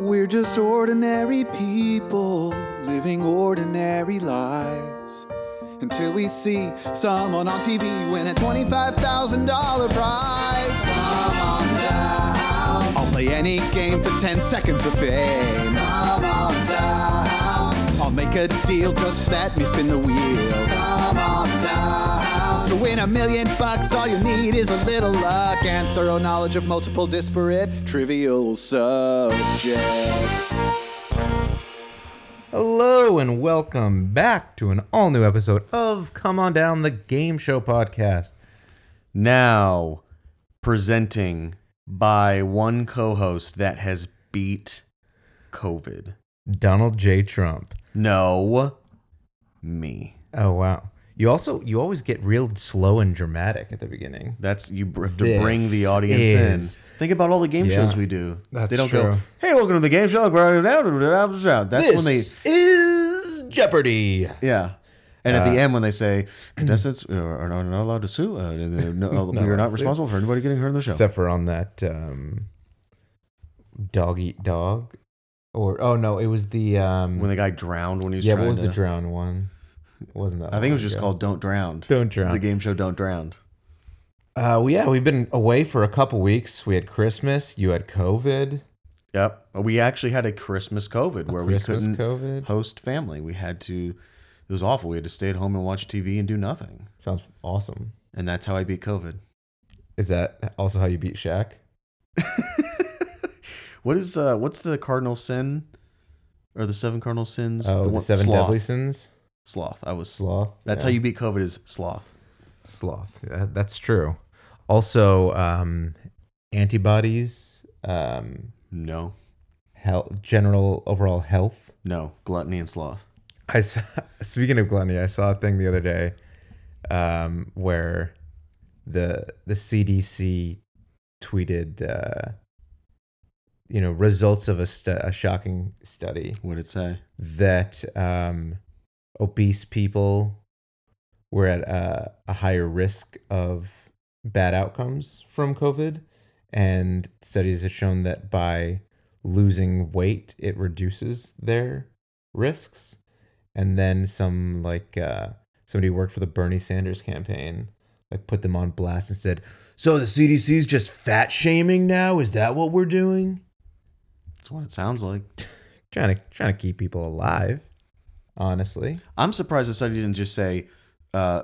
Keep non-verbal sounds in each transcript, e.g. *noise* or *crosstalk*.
We're just ordinary people living ordinary lives until we see someone on TV win a $25,000 prize. Come on down. I'll play any game for 10 seconds of fame. Come on down. I'll make a deal, just let me spin the wheel. Come on down. To win a million bucks, all you need is a little luck and thorough knowledge of multiple disparate, trivial subjects. Hello and welcome back to an all new episode of Come On Down, the game show podcast. Now presenting by one co host that has beat COVID. Donald J. Trump. No, me. Oh wow! You also you always get real slow and dramatic at the beginning. That's you br- have to This bring the audience is- in. Think about all the game Yeah. shows we do. That's they don't true. go, hey, welcome to the game show. That's when they, this is Jeopardy. yeah. And at the Uh, end, when *clears throat* they say contestants are are not allowed to sue, uh, *laughs* they're no, we are allowed to not sue. responsible for anybody getting hurt in the show. Except for on that um, dog eat dog, or oh no, it was the um, when the guy drowned when he was yeah. trying What was to, the drown one? It wasn't that? I think long it was just ago. called Don't Drown. Don't Drown. The game show Don't Drown. Uh, well, yeah, we've been away for a couple weeks. We had Christmas. You had COVID. Yep. We actually had a Christmas COVID where Christmas we couldn't COVID. host family. We had to, it was awful. We had to stay at home and watch TV and do nothing. Sounds awesome. And that's how I beat COVID. Is that also how you beat Shaq? What is, uh, what's the cardinal sin or the seven cardinal sins? Oh, the, one- seven sloth. deadly sins. Sloth. I was sloth. Sloth. That's Yeah. how you beat COVID is sloth. sloth. Yeah, that's true. Also, um, antibodies, um, No, health, general overall health. no. Gluttony and sloth. I saw, *laughs* speaking of gluttony, I saw a thing the other day um, where the the CDC tweeted, uh, you know, results of a, stu- a shocking study What'd it say? that um, obese people were at a, a higher risk of bad outcomes from COVID. And studies have shown that by losing weight, it reduces their risks. And then some, like uh, somebody who worked for the Bernie Sanders campaign, like put them on blast and said, "So the CDC's just fat shaming now? Is that what we're doing?" That's what it sounds like. trying to trying to keep people alive. Honestly, I'm surprised the study didn't just say uh,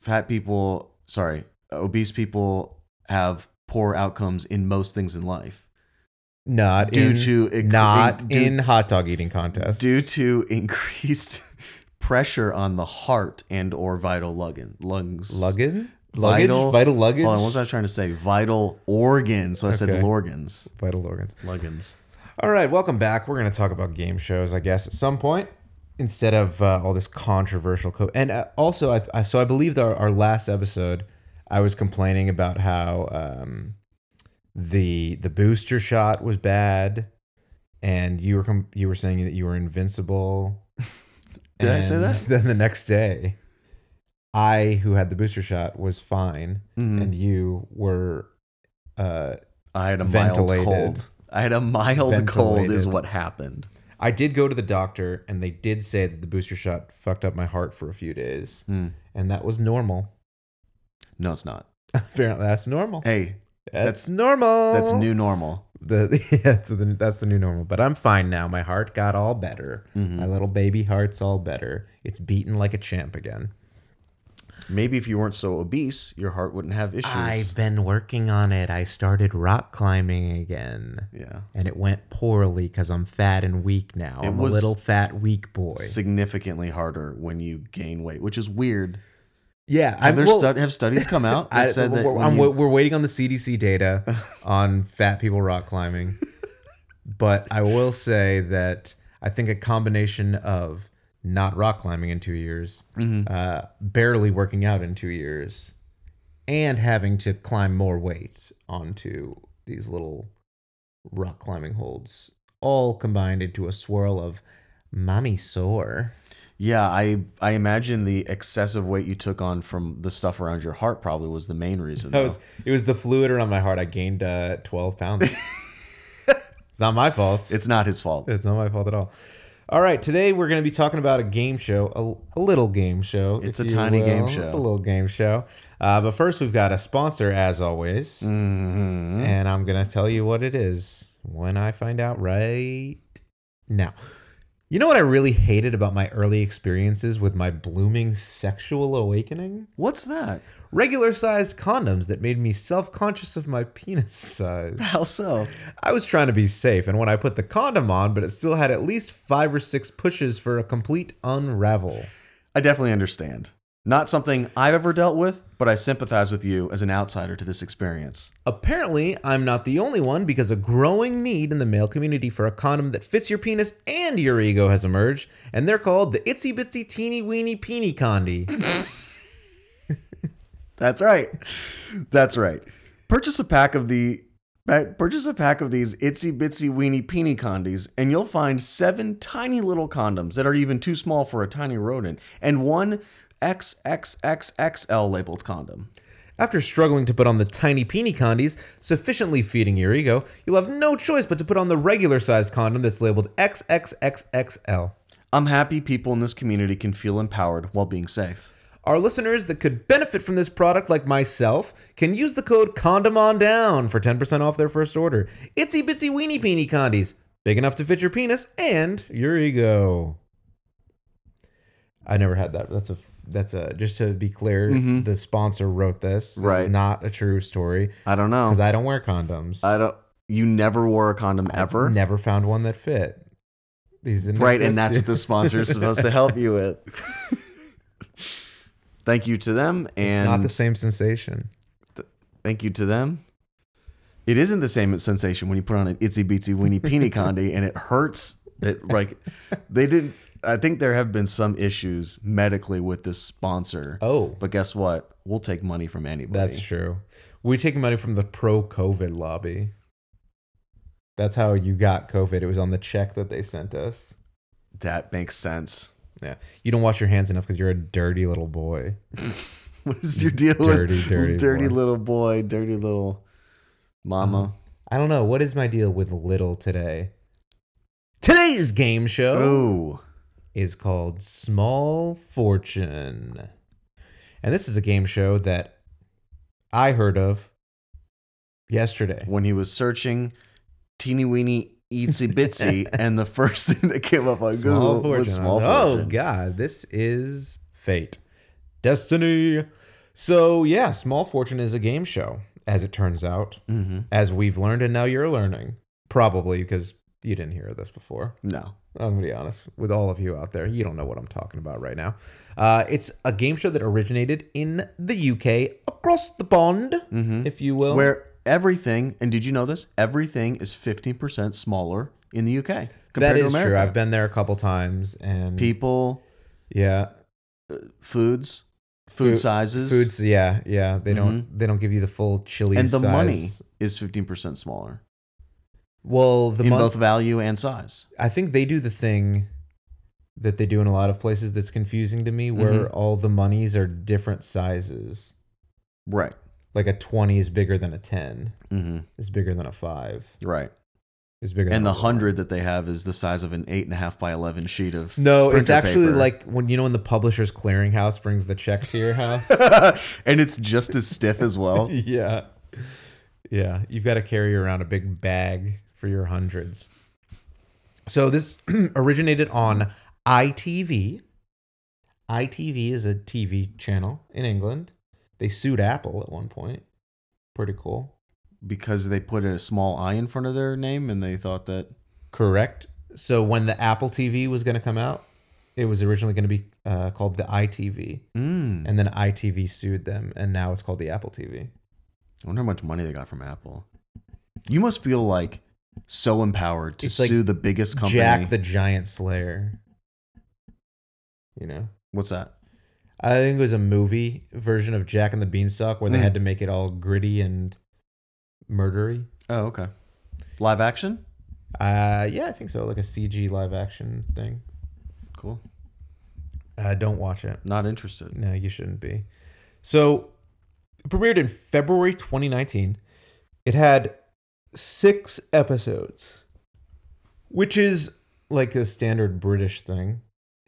fat people, sorry, obese people have poor outcomes in most things in life not due in, to inc- not due, in hot dog eating contests due to increased *laughs* pressure on the heart and or vital lugin, lungs. luggage, luggage, vital, luggage, Hold on, what was I trying to say? Vital organs. So I said Okay. lorgans. vital organs. Luggins. All right, welcome back. We're going to talk about game shows, I guess, at some point instead of uh, all this controversial co And uh, also, I, I, so I believe that our, our last episode, I was complaining about how um, the the booster shot was bad, and you were com- you were saying that you were invincible. *laughs* Did I say And *laughs* that? Then the next day, I, who had the booster shot, was fine, Mhm. and you were. Uh, I had a Ventilated. mild cold. I had a mild cold is Ventilated. what happened. I did go to the doctor, and they did say that the booster shot fucked up my heart for a few days, Hmm. and that was normal. *laughs* No, it's not. Apparently, that's normal. Hey, that's normal. that's new normal. The *laughs* yeah, so the, that's the new normal. But I'm fine now. My heart got all better. Mm-hmm. My little baby heart's all better. It's beating like a champ again. Maybe if you weren't so obese, your heart wouldn't have issues. been working on it. I started rock climbing again. yeah. And it went poorly because I'm fat and weak now. It I'm a was- little fat weak boy. Significantly harder when you gain weight, which is weird. Yeah, Have, there well- stu- have studies *laughs* come out that I, said that we're, when I'm- you- we're waiting on the CDC data *laughs* on fat people rock *laughs* climbing, but I will say that I think a combination of not rock climbing in two years, Mm-hmm. uh, barely working out in two years, and having to climb more weight onto these little rock climbing holds, all combined into a swirl of mommy sore. yeah, I I imagine the excessive weight you took on from the stuff around your heart probably was the main reason. That though. *laughs* was it was the fluid around my heart. I gained uh, twelve pounds. It's not my fault. It's not his fault. It's not my fault at all. All right, today we're going to be talking about a game show, a, a little game show. It's if a you tiny game will. show. It's a little game show. Uh, but first, we've got a sponsor, as always, Mm-hmm. Mhm. and I'm going to tell you what it is when I find out right now. You know what I really hated about my early experiences with my blooming sexual awakening? What's that? Regular sized condoms that made me self conscious of my penis size. How so? I was trying to be safe, and when I put the condom on, but it still had at least five or six pushes for a complete unravel. I definitely understand. Not something I've ever dealt with, but I sympathize with you as an outsider to this experience. Apparently, I'm not the only one because a growing need in the male community for a condom that fits your penis and your ego has emerged, and they're called the itsy bitsy teeny weeny peeny condy. That's right. That's right. Purchase a pack of the pa- purchase a pack of these itsy bitsy weeny peeny condies, and you'll find seven tiny little condoms that are even too small for a tiny rodent, and one XXXXL labeled condom. After struggling to put on the tiny peeny condies, sufficiently feeding your ego, you'll have no choice but to put on the regular sized condom that's labeled XXXXL. I'm happy people in this community can feel empowered while being safe. Our listeners that could benefit from this product, like myself, can use the code CONDOMONDOWN for 10% off their first order. Itsy bitsy weeny peeny condies, big enough to fit your penis and your ego. I never had that. That's a that's a just to be clear, the sponsor wrote this. This is Mm-hmm. Right. not a true story I don't know. because I don't wear condoms. I don't. You never wore a condom ever, Never found one that fit. These didn't right? And exist. *laughs* that's what the sponsor is supposed to help you with. thank you to them, It's and not the same sensation. thank you to them. It isn't the same sensation when you put on an itsy *laughs* bitsy weeny peeny condi, and it hurts. That like they didn't. I think there have been some issues medically with this sponsor. Oh. but guess what? We'll take money from anybody. That's true. We take money from the pro COVID lobby. That's how you got COVID. It was on the check that they sent us. that makes sense. *laughs* Yeah. You don't wash your hands enough because you're a dirty little boy. What is your deal Dirty, with dirty boy. little boy, dirty little mama? I don't know. What is my deal with little today? Today's game show Oh, is called Small Fortune. And this is a game show that I heard of yesterday. when he was searching teeny weeny *laughs* itsy bitsy, and the first thing that came up on Google was uh, small oh fortune. god, this is fate, destiny. So yeah, small fortune is a game show, as it turns out, Mm-hmm. as we've learned, and now you're learning probably because you didn't hear this before. No, I'm gonna be honest with all of you out there. You don't know what I'm talking about right now. Uh, it's a game show that originated in the UK, across the pond, Mm-hmm. if you will. where everything and did you know this? Everything is fifteen percent smaller in the UK compared that to is America. true. I've been there a couple times, and People, yeah, foods, food, Food- sizes, foods yeah yeah they don't they don't give you the full chili Mm-hmm. and the size. money is fifteen percent smaller well the in mon- both value and size. i think they do the thing that they do in a lot of places that's confusing to me where Mm-hmm. all the monies are different sizes Right. like a 20 is bigger than a 10 Mm-hmm. is bigger than a 5 Right. is bigger than And the a one. hundred that they have is the size of an eight and a half by eleven sheet of no it's printer actually paper. like when you know when the publisher's clearinghouse brings the check to your house *laughs* and it's just as stiff as *laughs* well. yeah yeah you've got to carry around a big bag for your hundreds so this *clears throat* originated on itv itv is a tv channel in england they sued apple at one point pretty cool Because they put a small I in front of their name and they thought that correct so when the apple tv was going to come out it was originally going to be uh, called the itv mm, and then itv sued them and now it's called the apple tv I wonder how much money they got from Apple. You must feel like so empowered to It's like sue the biggest company. jack the giant slayer you know What's that? I think it was a movie version of Jack and the Beanstalk where they Mm. had to make it all gritty and murdery. Oh, okay. Live action? Uh, yeah, I think so. Like a CG live action thing. Cool. Uh, don't watch it. Not interested. No, you shouldn't be. So, it premiered in February 2019. It had six episodes. which is like a standard British thing.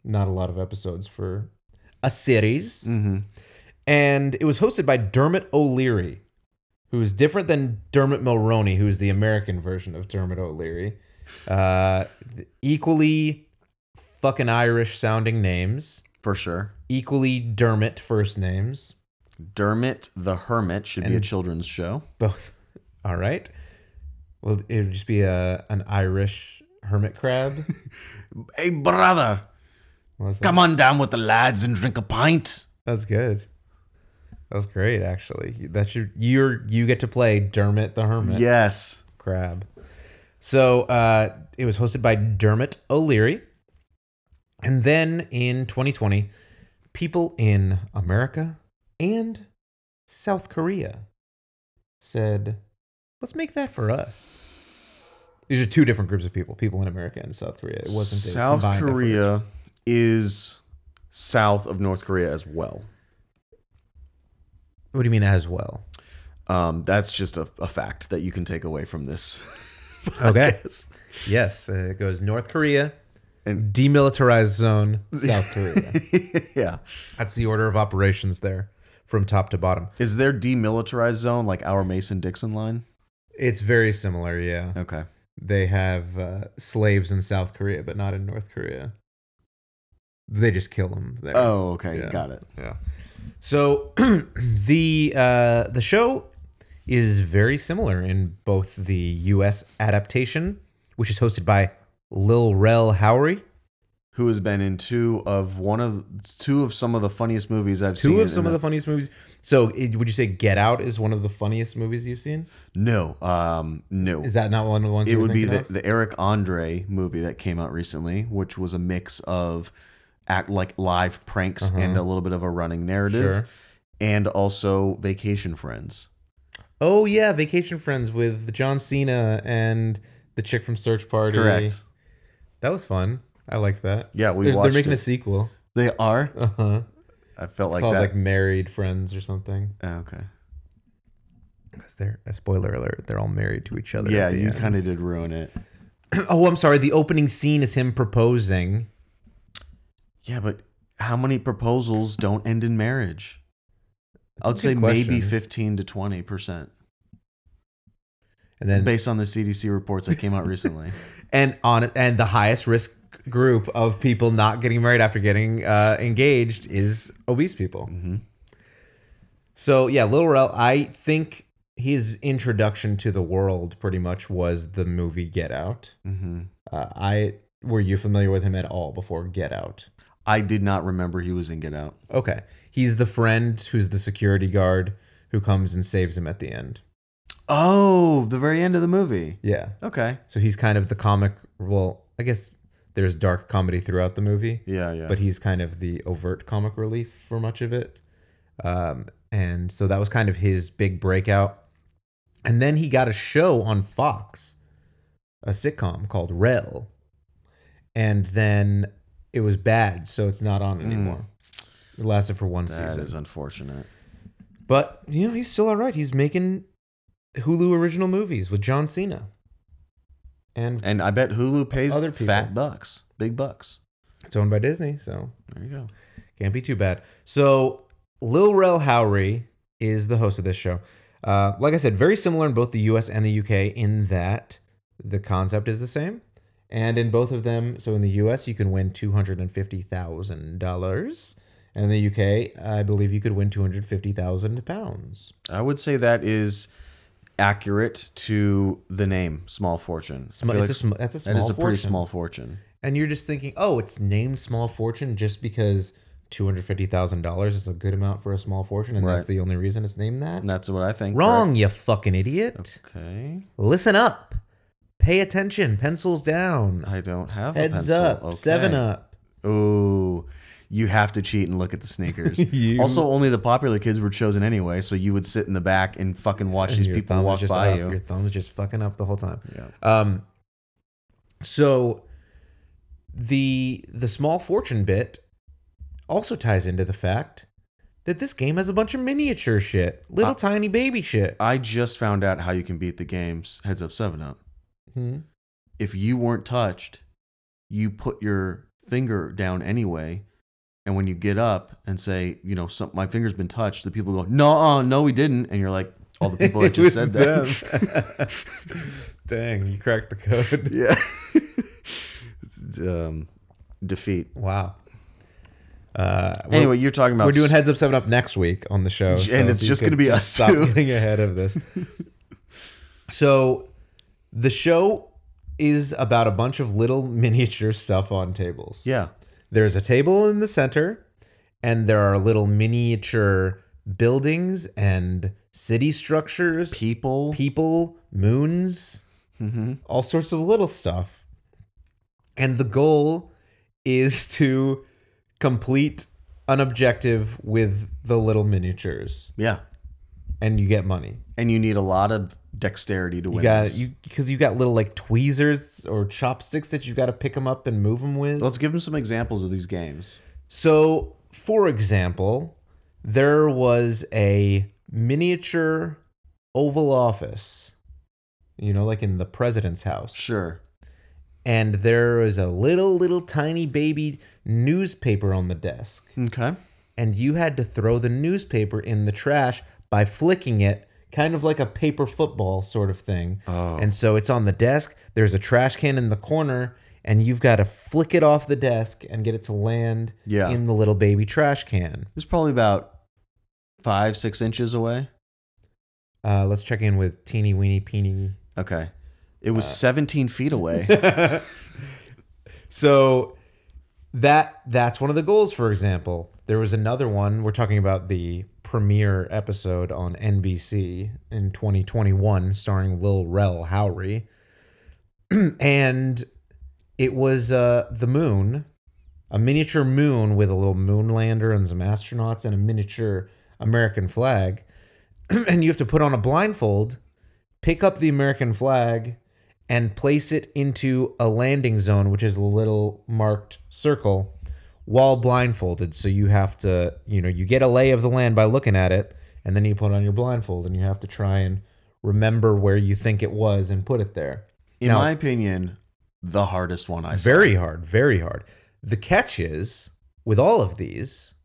Not a lot of episodes for a series. Mm-hmm. And it was hosted by Dermot O'Leary, who is different than Dermot Mulroney, who is the American version of Dermot O'Leary. Uh, equally fucking Irish sounding names, For sure. equally Dermot first names. Dermot the Hermit should be a And- children's show. Both. *laughs* All right. Well, it would just be a an Irish hermit *laughs* crab. Hey, brother, come on down with the lads and drink a pint. That's good. That was great, actually. That should you're you get to play Dermot the Hermit Yes. crab. So uh, it was hosted by Dermot O'Leary, and then in 2020, people in America and South Korea said, "Let's make that for us." These are two different groups of people: people in America and South Korea. It wasn't a South combined effort. Korea is south of North Korea as well. What do you mean, as well? Um, that's just a, a fact that you can take away from this. Okay. *laughs* podcast. Yes, uh, it goes North Korea, And- demilitarized zone, *laughs* South Korea. yeah. That's the order of operations there, from top to bottom. Is there demilitarized zone like our Mason Dixon line? It's very similar, yeah. Okay. They have uh, slaves in South Korea, but not in North Korea. They just kill them there. Oh, okay. Yeah. Got it. yeah. So *clears throat* the uh, the show is very similar in both the U.S. adaptation, which is hosted by Lil Rel Howery. Who has been in two of one of two of some of the funniest movies I've seen? two of in some of the funniest movies. So, it, would you say Get Out is one of the funniest movies you've seen? no, um, no. Is that not one of the ones? it you're would be thinking the, of? the Eric Andre movie that came out recently, which was a mix of act like live pranks and a little bit of a running narrative, Uh-huh. Sure. and also Vacation Friends. Oh yeah, Vacation Friends with John Cena and the chick from Search Party. Correct. That was fun. I like that. Yeah, we they're, watched they're making it. a sequel. They are. Uh huh. I felt like Called that. like Married Friends or something. Oh, okay. Because they're a spoiler alert. They're all married to each other. Yeah, you kind of did ruin it. of. *clears throat* oh, I'm sorry. The opening scene is him proposing. Yeah, but how many proposals don't end in marriage? I'd a say good maybe question. fifteen to twenty percent, And then based on the CDC reports that *laughs* came out recently. and on and the highest risk group of people not getting married after getting uh, engaged is obese people. Mhm. So yeah, Lil Rel, I think his introduction to the world pretty much was the movie Get Out. hmm Uh, I were you familiar with him at all before Get Out? I did not remember he was in Get Out. Okay, he's the friend who's the security guard who comes and saves him at the end. Oh, the very end of the movie. Yeah, Okay. so he's kind of the comic. Well, I guess there's dark comedy throughout the movie. Yeah, yeah. but he's kind of the overt comic relief for much of it. Um, and so that was kind of his big breakout. And then he got a show on Fox, a sitcom called Rel. And then it was bad, so it's not on anymore. It lasted for one Mm. that season. is unfortunate. But, you know, he's still all right. He's making Hulu original movies with John Cena. And And I bet Hulu pays Other people. fat bucks, big bucks. it's owned by Disney, so There you go. Can't be too bad. So Lil Rel Howery is the host of this show. Uh, like I said, very similar in both the U.S. and the U.K. in that the concept is the same, and in both of them. So in the U.S., you can win two hundred and fifty thousand dollars, and in the U.K., I believe you could win two hundred fifty thousand pounds. I would say that is accurate to the name Small Fortune. I Sm- it's feel like a sm- that's a small that is a pretty fortune. small fortune. And you're just thinking, oh, it's named Small Fortune just because two hundred fifty thousand dollars is a good amount for a small fortune, and that's Right. the only reason it's named that. And that's what I think. Wrong, you fucking idiot. correct? Okay. Listen up. Pay attention. Pencils down. I don't have a Heads pencil. up. Okay. Seven up. Ooh. You have to cheat and look at the sneakers. *laughs* You- Also, only the popular kids were chosen anyway, so you would sit in the back and fucking watch these Your people thumb's walk just by up. you. Your thumb's just fucking up the whole time. Yeah. Um. So the the small fortune bit also ties into the fact that this game has a bunch of miniature shit, Uh, little tiny baby shit. I just found out how you can beat the games Heads Up Seven Up. Hmm. if you weren't touched, you put your finger down anyway. And when you get up and say, you know, some, my finger's been touched, the people go, no, uh, no, we didn't. And you're like, all *laughs* the people that It just was said that. them. *laughs* Dang, you cracked the *laughs* code. yeah. um, defeat. Wow. Uh, well, Anyway, you're talking about we're doing s- heads up seven up next week on the show, so it's you just can gonna be just us Stop two. getting ahead of *laughs* this. so, the show is about a bunch of little miniature stuff on tables. Yeah. There's a table in the center, and there are little miniature buildings and city structures, People. people, moons, hmm all sorts of little stuff. And the goal is to complete an objective with the little miniatures, Yeah. and you get money. And you need a lot of dexterity to You win. got this. you because you got little like tweezers or chopsticks that you got to pick them up and move them with. Let's give them some examples of these games. So, for example, there was a miniature Oval Office, you know, like in the president's house. Sure. And there was a little, little tiny baby newspaper on the desk. Okay. And you had to throw the newspaper in the trash by flicking it, kind of like a paper football sort of thing. Oh. And so it's on the desk. There's a trash can in the corner, and you've got to flick it off the desk and get it to land Yeah. in the little baby trash can. It's probably about five, six inches away. Uh, let's check in with Teeny Weeny Peeny. Okay. It was 17 feet *laughs* away. so that that's one of the goals. For example, there was another one. We're talking about the premiere episode on NBC in 2021, starring Lil Rel Howery, *clears throat* and it was uh, the moon, a miniature moon with a little moon lander and some astronauts and a miniature American flag, *clears throat* and you have to put on a blindfold, pick up the American flag, and place it into a landing zone, which is a little marked circle, while blindfolded. So you have to, you know, you get a lay of the land by looking at it, and then you put on your blindfold and you have to try and remember where you think it was and put it there. In Now- my opinion, the hardest one I saw. Very hard, very hard. The catch is with all of these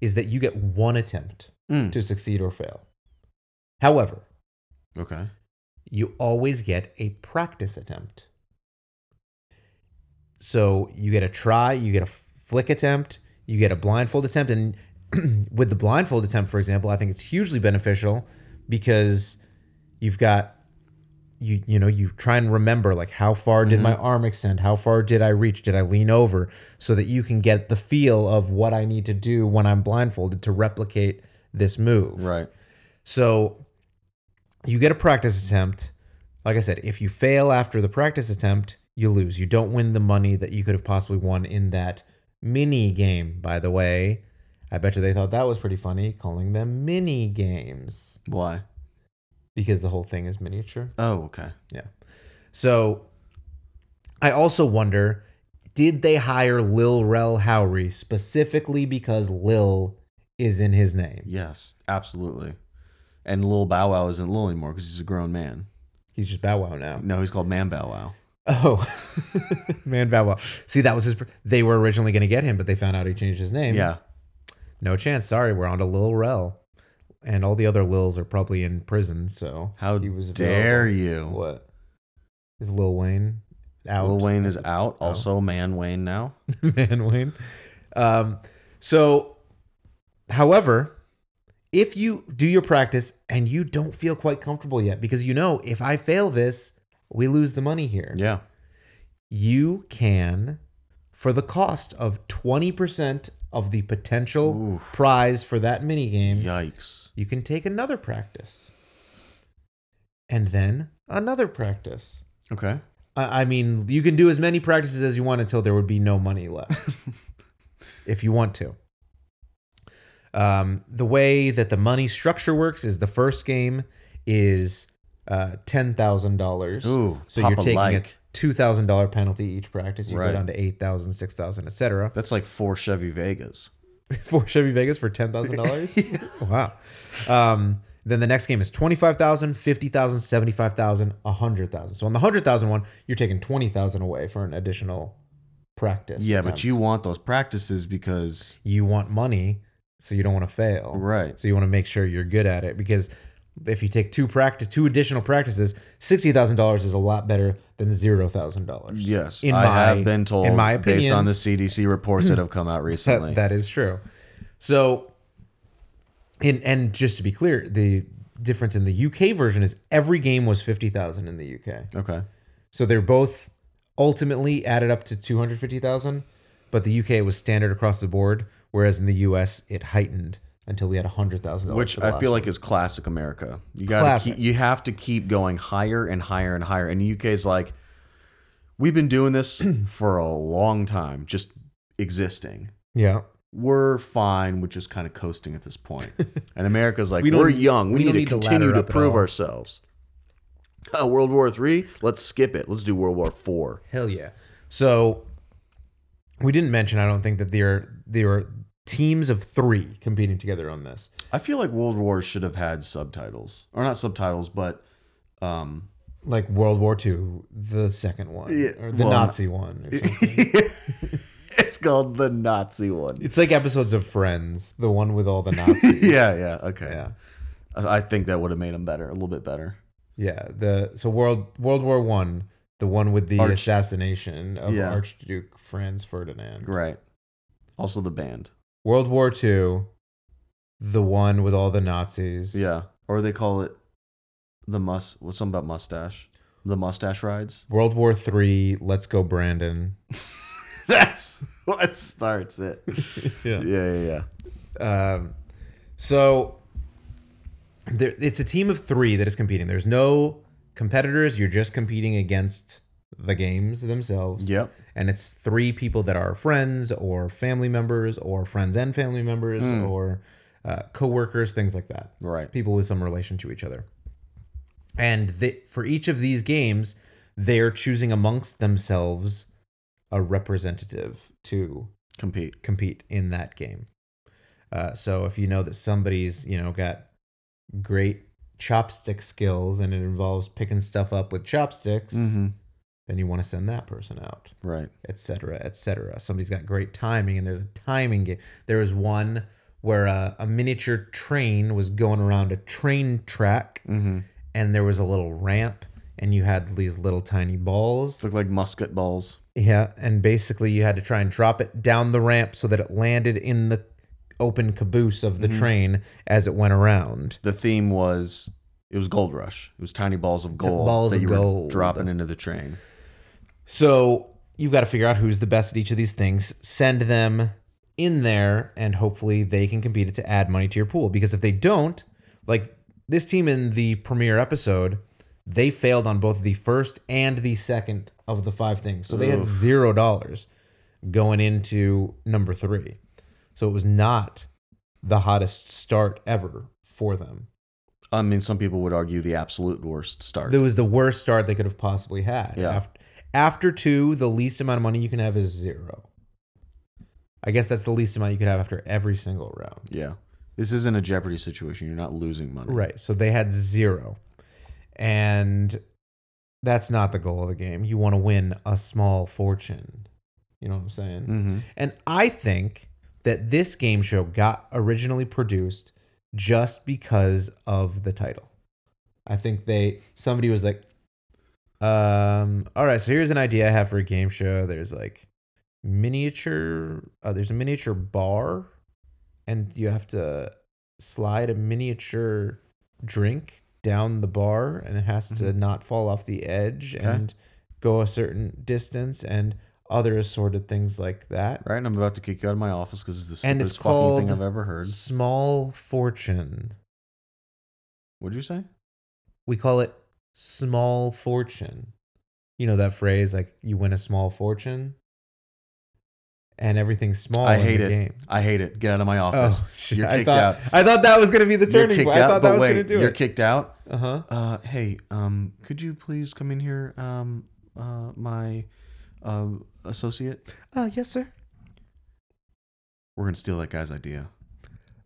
is that you get one attempt Mm. to succeed or fail. However, Okay. you always get a practice attempt. So you get a try, you get a flick attempt, you get a blindfold attempt. And *clears throat* with the blindfold attempt, for example, I think it's hugely beneficial because you've got you you know you try and remember like how far did my arm extend how far did i reach did i lean over so that you can get the feel of what i need to do when i'm blindfolded to replicate this move Right. so you get a practice attempt. Like I said, if you fail after the practice attempt, you lose. You don't win the money that you could have possibly won in that mini game, by the way. I bet you they thought that was pretty funny calling them mini games Why? because the whole thing is miniature. Oh, okay. Yeah. So I also wonder did they hire Lil Rel Howery specifically because Lil is in his name? Yes, absolutely. And Lil Bow Wow isn't Lil anymore because he's a grown man. He's just Bow Wow now. No, he's called Man Bow Wow. Oh, *laughs* man, Bow Wow. See, that was his. pr- They were originally going to get him, but they found out he changed his name. Yeah. No chance. Sorry, we're on to Lil Rel. And all the other Lils are probably in prison, so. How he was dare available. you? What? Is Lil Wayne out? Lil Wayne is out. Also, Man Wayne now. *laughs* man Wayne. Um, so, however, if you do your practice and you don't feel quite comfortable yet, because you know, if I fail this, we lose the money here. Yeah. you can, for the cost of 20% of the potential Oof. prize for that minigame, Yikes. you can take another practice. And then another practice. Okay. I, I mean, you can do as many practices as you want until there would be no money *laughs* left, if you want to. Um, the way that the money structure works is the first game is uh, ten thousand dollars. Ooh, so Papa you're taking a like. two thousand dollar penalty each practice. You Right. go down to eight thousand, six thousand, etc. That's like four Chevy Vegas. *laughs* *laughs* for Chevy Vegas for ten thousand dollars. Wow. Um, Then the next game is 25,000, 50,000, 75,000, 100,000. So on the 100,000 one, you're taking 20,000 away for an additional practice. yeah, but attempt. you want those practices because you want money, so you don't want to fail. right. So you want to make sure you're good at it because if you take two practice two additional practices, $60,000 is a lot better than $0,000. Yes, In I my- have been told in my based opinion- on the CDC reports that have come out That- recently. that is true. So, and and just to be clear, the difference in the UK version is every game was fifty thousand in the UK. okay, So they're both ultimately added up to two hundred fifty thousand, but the UK was standard across the board, whereas in the US it heightened until we had hundred thousand. which I feel like is classic America. You got to Classic. keep, you have to keep going higher and higher and higher. And UK is like, we've been doing this *clears throat* for a long time, just existing. yeah. We're fine with just kind of coasting at this point. *laughs* And America's like, We don't- we are young. we We, need don't to need to continue ladder to up at prove all." ourselves. Uh, World War Three? Let's skip it. Let's do World War Four. Hell yeah. So we didn't mention I don't think that there are there are teams of three competing together on this. I feel like World War should have had subtitles, or not subtitles, but um, like World War II, the second one, Yeah, or the well, Nazi one. Or something. *laughs* *laughs* it's called the Nazi one. it's like episodes of Friends, the one with all the Nazis. *laughs* Yeah, *laughs* yeah, okay. yeah, I I think that would have made them better, a little bit better. yeah. The so World World War One, the one with the Arch- assassination of Yeah. Archduke Franz Ferdinand. Right. Also the band. World War Two, the one with all the Nazis. Yeah. Or they call it the must. What's something about mustache? The mustache rides. World War Three, Let's Go Brandon. *laughs* That's what starts *laughs* it. yeah, yeah, yeah. Um, so there, it's a team of three that is competing. There's no competitors. You're just competing against the games themselves. Yep. And it's three people that are friends or family members or friends and family members or uh, coworkers, things like that. Right. People with some relation to each other. And th for each of these games, they're choosing amongst themselves a representative to Compete. compete in that game. Uh, so if you know that somebody's you know got great chopstick skills and it involves picking stuff up with chopsticks, Mm-hmm. then you want to send that person out, Right. etc., cetera, etc. Cetera. Somebody's got great timing, and there's a timing game. There was one where uh, a miniature train was going around a train track, Mm-hmm. and there was a little ramp, and you had these little tiny balls. Look like musket balls. Yeah, and basically you had to try and drop it down the ramp so that it landed in the open caboose of the train as it went around. The theme was it was gold rush. It was tiny balls of gold balls that of you were gold. dropping into the train. So you've got to figure out who's the best at each of these things, send them in there, and hopefully they can compete it to add money to your pool. Because if they don't, like this team in the premiere episode, they failed on both the first and the second of the five things. So they had zero dollars going into number three. So it was not the hottest start ever for them. I mean, some people would argue the absolute worst start. That was the worst start they could have possibly had. Yeah. After, after two, the least amount of money you can have is zero. I guess that's the least amount you could have after every single round. yeah. This isn't a Jeopardy situation. You're not losing money. Right. So they had zero. And that's not the goal of the game. You want to win a small fortune. You know what I'm saying? Mm-hmm. And I think that this game show got originally produced just because of the title. I think they somebody was like, um, all right, so here's an idea I have for a game show. There's like miniature uh, there's a miniature bar and you have to slide a miniature drink down the bar and it has to not fall off the edge Okay. and go a certain distance and other assorted things like that. Right. And I'm about to kick you out of my office because it's the And it's stupidest fucking called- thing I've ever heard. Small fortune. What'd you say? We call it small fortune. You know that phrase, like you win a small fortune, and everything's small. I in hate the it. Game. I hate it. Get out of my office. Oh, shit. You're I kicked thought, out. I thought that was gonna be the You're turning kicked point. I out. thought that But was gonna wait, do you're it. kicked out. uh huh. Uh, hey, um, could you please come in here, um, uh, my uh, associate? Uh, yes, sir. We're gonna steal that guy's idea.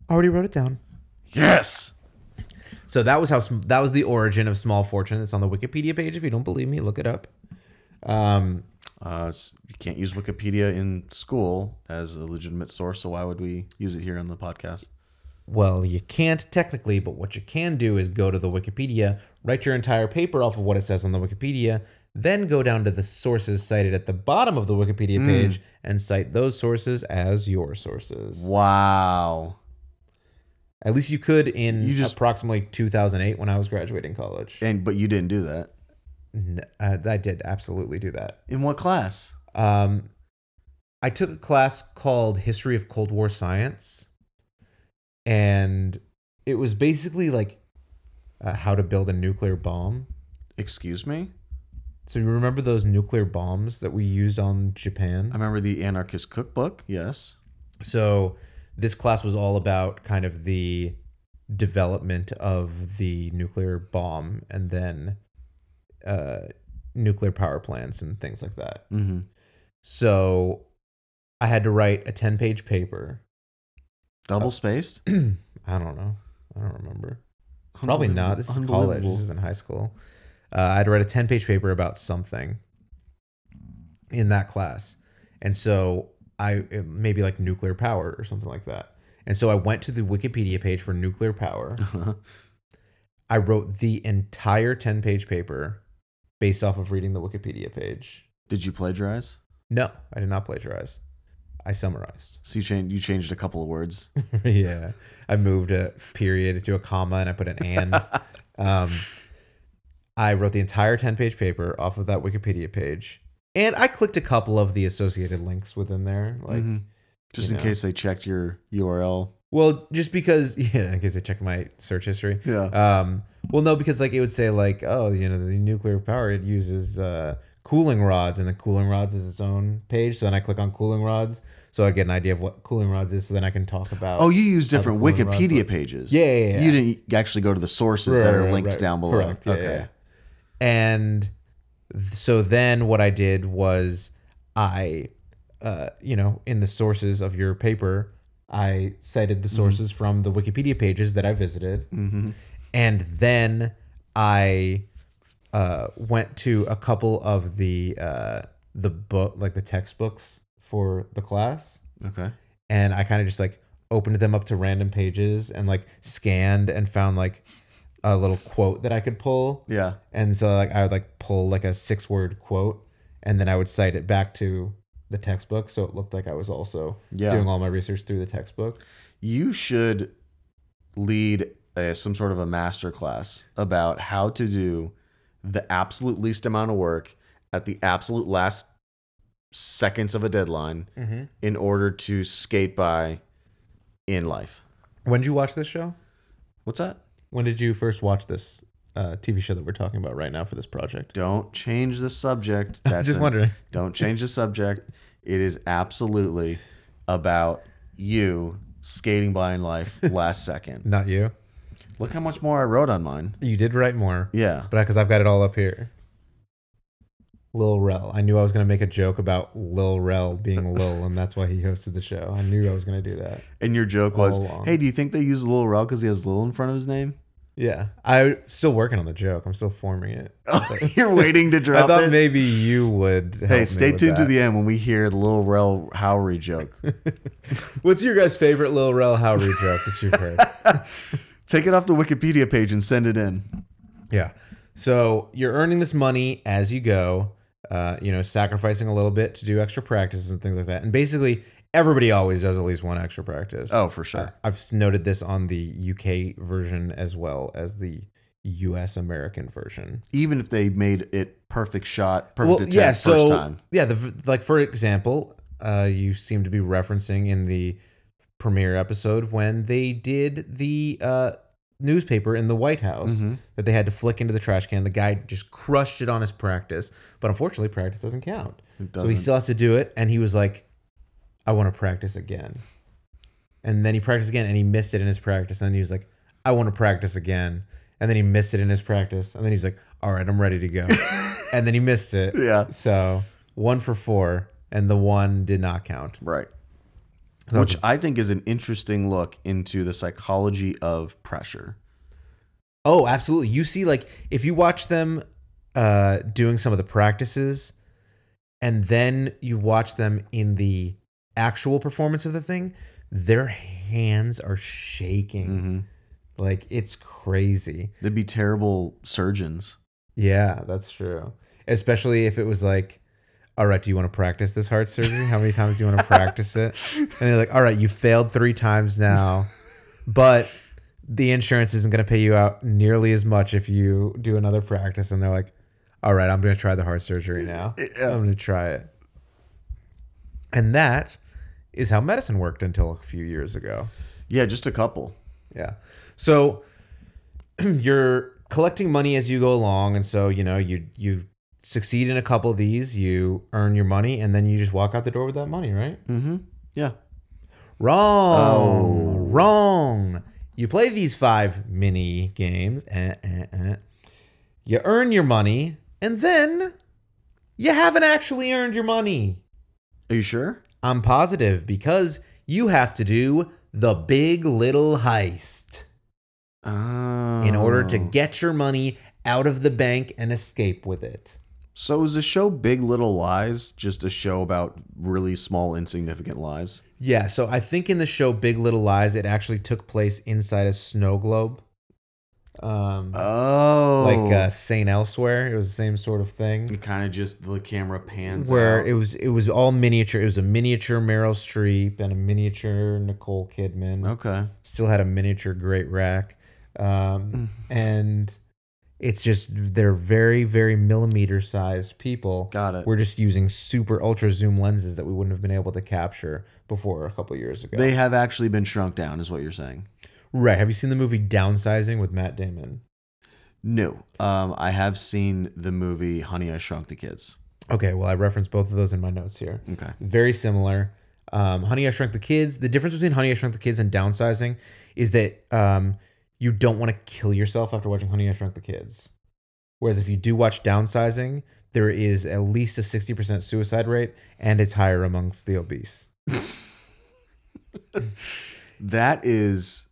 Already wrote it down. Yes. So that was how sm- that was the origin of small fortune. It's on the Wikipedia page. If you don't believe me, look it up. Um, Uh, s- you can't use Wikipedia in school as a legitimate source, so why would we use it here on the podcast? well, you can't technically, but what you can do is go to the Wikipedia, write your entire paper off of what it says on the Wikipedia, then go down to the sources cited at the bottom of the Hmm. Wikipedia page and cite those sources as your sources. Wow. At least you could in You just- approximately 2008 when I was graduating college. And but you didn't do that. N- uh, I did absolutely do that. In what class? Um, I took a class called History of Cold War Science, and it was basically like uh, how to build a nuclear bomb. Excuse me. So you remember those nuclear bombs that we used on Japan? I remember the anarchist cookbook. Yes. So this class was all about kind of the development of the nuclear bomb and then uh, nuclear power plants and things like that. Mm-hmm. So I had to write a 10 page paper. Uh, Double spaced. I don't know. I don't remember. Probably not. This is college. This isn't high school. Uh, I'd read a 10 page paper about something in that class. And so I, it- maybe like nuclear power or something like that. And so I went to the Wikipedia page for nuclear power. I wrote the entire 10 page paper based off of reading the Wikipedia page. *laughs* Did you plagiarize? No, I did not plagiarize. I summarized. So you changed. You changed a couple of words. *laughs* yeah. I moved a period to a comma and I put an and. *laughs* um, I wrote the entire 10 page paper off of that Wikipedia page. And I clicked a couple of the associated links within there. Like, Mhm. Just you in know. case they checked your URL. well, just because, *laughs* yeah, in case they checked my search history. Yeah. Um, well, no, because like it would say, like, oh, you know, the nuclear power, it uses uh, cooling rods, and the cooling rods is its own page. So then I click on cooling rods. So I get an idea of what cooling rods is. So then I can talk about. oh, you use how the different cooling rods Wikipedia look. pages. Yeah, yeah, yeah. You didn't e, actually go to the sources that Right, are right, linked right. down below. Correct. Yeah, yeah, yeah. And th- so then what I did was I, uh, you know, in the sources of your paper, I cited the Mm-hmm. sources from the Wikipedia pages that I visited. Mhm. And then I uh, went to a couple of the uh, the book, like the textbooks for the class Okay. and I kind of just like opened them up to random pages and like scanned and found like a little quote that I could pull. Yeah. And so like I would like pull like a six word quote and then I would cite it back to the textbook so it looked like I was also Yeah. doing all my research through the textbook. you should lead a, some sort of a master class about how to do the absolute least amount of work at the absolute last seconds of a deadline Mm-hmm. in order to skate by in life. When did you watch this show? What's that? When did you first watch this uh, TV show that we're talking about right now for this project? Don't change the subject. *laughs* I'm That's just an- wondering. Don't change the subject. It is absolutely about you skating by *laughs* in life last second. Not you. Look how much more I wrote on mine. You did write more. Yeah. But because I've got it all up here. Lil Rel. I knew I was going to make a joke about Lil Rel being Lil, and that's why he hosted the show. I knew I was going to do that. And your joke was, All along. "Hey, do you think they use Lil Rel because he has Lil in front of his name?" *laughs* Yeah. I'm still working on the joke. I'm still forming *laughs* it. You're waiting *laughs* to I drop thought it. maybe you would. help hey, me stay with tuned to that. the end when we hear the Lil Rel *laughs* Howery joke. What's your guys' favorite Lil Rel Howery joke that you've *laughs* heard? Take it off the Wikipedia page and send it in. Yeah. So you're earning this money as you go, uh, you know, sacrificing a little bit to do extra practices and things like that. And basically, everybody always does at least one extra practice. Oh, for sure. Uh, I've s- noted this on the UK version as well as the US American version. Even if they made it perfect shot, perfect attempt so, *laughs* first time. Yeah, the, v- like for example, uh, you seem to be referencing in the premiere episode when they did the uh, newspaper in the White House Mm-hmm. that they had to flick into the trash can. The guy just crushed it on his practice, but unfortunately, practice doesn't count. It So he doesn't. still has to do it, and he was like, "I want to practice again." And then he practiced again, and he missed it in his practice. And then he was like, "I want to practice again." And then he missed it in his practice. And then he was like, "All right, I'm ready to *laughs* go." and then he missed it. Yeah, So one for four, and the one did not count. right. Which I think is an interesting look into the psychology of pressure. Oh, absolutely. You see, like if you watch them uh, doing some of the practices, and then you watch them in the actual performance of the thing, their hands are shaking. hmm Like it's crazy. They'd be terrible surgeons. Yeah, that's true. Especially if it was like, all right, do you want to practice this heart surgery? How many times do you want to practice it? And they're like, all right, you failed three times now, but the insurance isn't going to pay you out nearly as much if you do another practice. And they're like, all right, I'm going to try the heart surgery now. Yeah. I'm going to try it. And that is how medicine worked until a few years ago. Yeah, just a couple. Yeah. So *clears throat* you're collecting money as you go along, and so you know you you succeed in a couple of these, you earn your money, and then you just walk out the door with that money, right? Mm-hmm. Yeah. Wrong. Wrong. You play these five mini games. Eh, eh, eh. You earn your money, and then you haven't actually earned your money. Are you sure? I'm positive because you have to do the big little heist. Oh. in order to get your money out of the bank and escape with it. So is the show Big Little Lies just a show about really small, insignificant lies? Yeah, so I think in the show Big Little Lies, it actually took place inside a snow globe. Um, Oh. like uh, Saint Elsewhere, it was the same sort of thing. kind of just the camera pans Where out. it was, it was all miniature. It was a miniature Meryl Streep and a miniature Nicole Kidman. Okay. Still had a miniature Great Rack, Mm. um, and it's just they're very, very millimeter sized people. Got it. We're just using super ultra zoom lenses that we wouldn't have been able to capture before a couple years ago. They have actually been shrunk down, is what you're saying. right. Have you seen the movie Downsizing with Matt Damon? No. Um, I have seen the movie Honey, I Shrunk the Kids. Okay, well, I referenced both of those in my notes here. Okay. Very similar. Um, Honey, I Shrunk the Kids. The difference between Honey, I Shrunk the Kids and Downsizing is that um, you don't want to kill yourself after watching Honey, I Shrunk the Kids. Whereas if you do watch Downsizing, there is at least a 60% suicide rate, and it's higher amongst the obese. That is,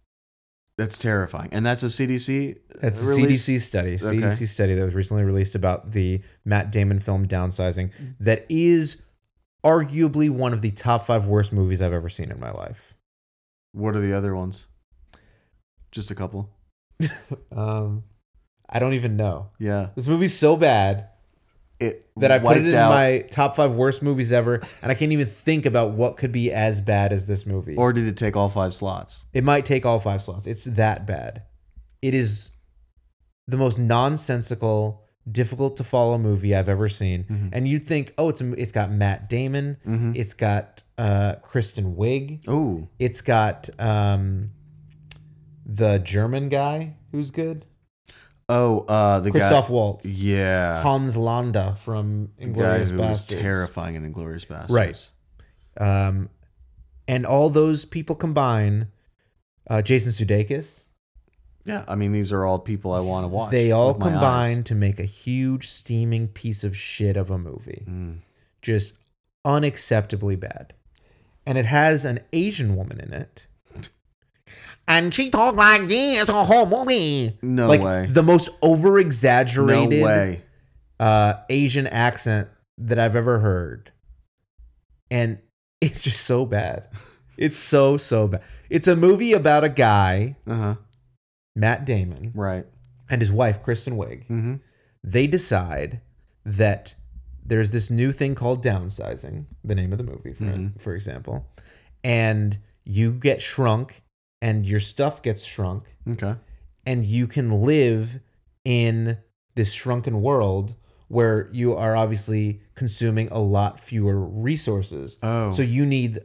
that's terrifying. And that's a CDC. That's a release? CDC study. Okay. CDC study that was recently released about the Matt Damon film Downsizing that is arguably one of the top five worst movies I've ever seen in my life. What are the other ones? Just a couple. Um, I don't even know. Yeah. This movie's so bad It that I put wiped it in out, my top five worst movies ever, and I can't even think about what could be as bad as this movie. Or did it take all five slots? it might take all five slots. It's that bad. It is the most nonsensical, difficult to follow movie I've ever seen. Mm-hmm. And you'd think, oh, it's it's got Matt Damon, it's got uh, Kristen Wiig, Oh, it's got um, the German guy who's good, oh, uh, the Christoph guy. Waltz, Yeah, Hans Landa from the guy Inglorious who was Bastards, terrifying in Inglorious Bastards. Right. um, and all those people combine. Uh, Jason Sudeikis. Yeah, I mean these are all people I want to watch. They all with my eyes. combine to make a huge steaming piece of shit of a movie. Mm. Just unacceptably bad. And it has an Asian woman in it. *laughs* And she talked like this a whole movie. No like way. the most over No exaggerated way. uh Asian accent that I've ever heard. And *laughs* it's just so bad. It's so so bad. It's a movie about a guy, Uh huh. Matt Damon, Right. and his wife Kristen Wiig Mm-hmm. they decide that there's this new thing called downsizing, the name of the movie, for, Mhm. for example, and you get shrunk and your stuff gets shrunk Okay. and you can live in this shrunken world where you are obviously consuming a lot fewer resources. Oh. So you need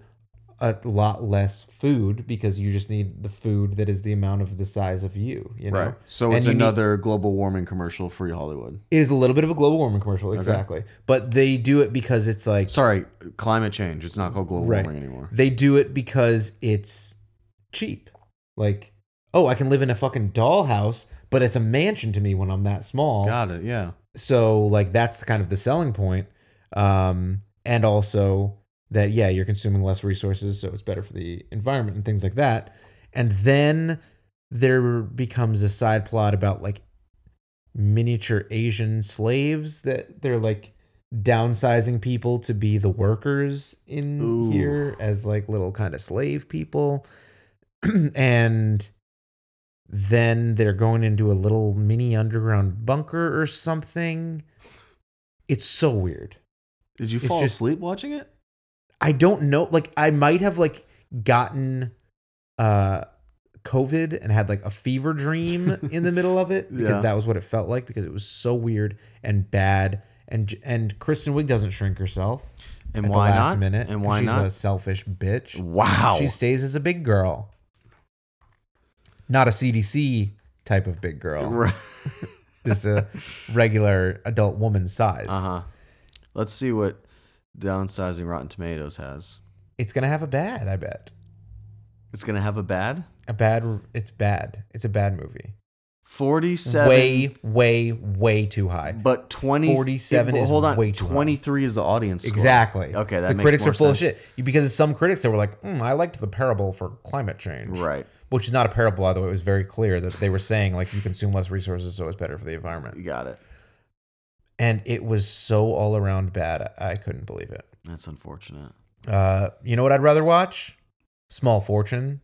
a lot less food because you just need the food that is the amount of the size of you, you know. right. So And it's you need- another global warming commercial for Hollywood. it is a little bit of a global warming commercial, exactly. But they do it because it's like Sorry, climate change. It's not called global Right. warming anymore. they do it because it's cheap. Like, oh, I can live in a fucking dollhouse, but it's a mansion to me when I'm that small. Got it. Yeah. So like that's the kind of the selling point. Um and also that yeah, you're consuming less resources, so it's better for the environment and things like that. And then there becomes a side plot about like miniature Asian slaves that they're like downsizing people to be the workers in Ooh. here as like little kind of slave people. *clears throat* and then they're going into a little mini underground bunker or something. It's so weird. Did you It's fall just- asleep watching it? I don't know. Like I might have like gotten uh COVID and had like a fever *laughs* dream in the middle of it because Yeah. that was what it felt like because it was so weird and bad and and Kristen Wiig doesn't shrink herself And at why the last not? minute And 'cause why she's a not? selfish bitch. *laughs* Wow. She stays as a big girl, not a CDC type of big girl, *laughs* Right. just a regular adult woman size. Uh huh. Let's see what downsizing Rotten Tomatoes has. It's gonna have a bad, I bet. It's gonna have a bad A bad. It's bad. It's a bad movie. forty-seven, way, way, way too high. but twenty 47 well, is hold on, way too high. twenty-three is the audience. score. Exactly. Okay, that the makes critics more are full sense. of shit because some critics that were like, mm, "I liked the parable for climate change," Right. Which is not a parable, by the way. It was very clear that they were saying like you consume less resources, so it's better for the You environment. got it. And it was so all around bad, I I couldn't believe it. That's unfortunate. Uh, you know what I'd rather watch? Small Fortune,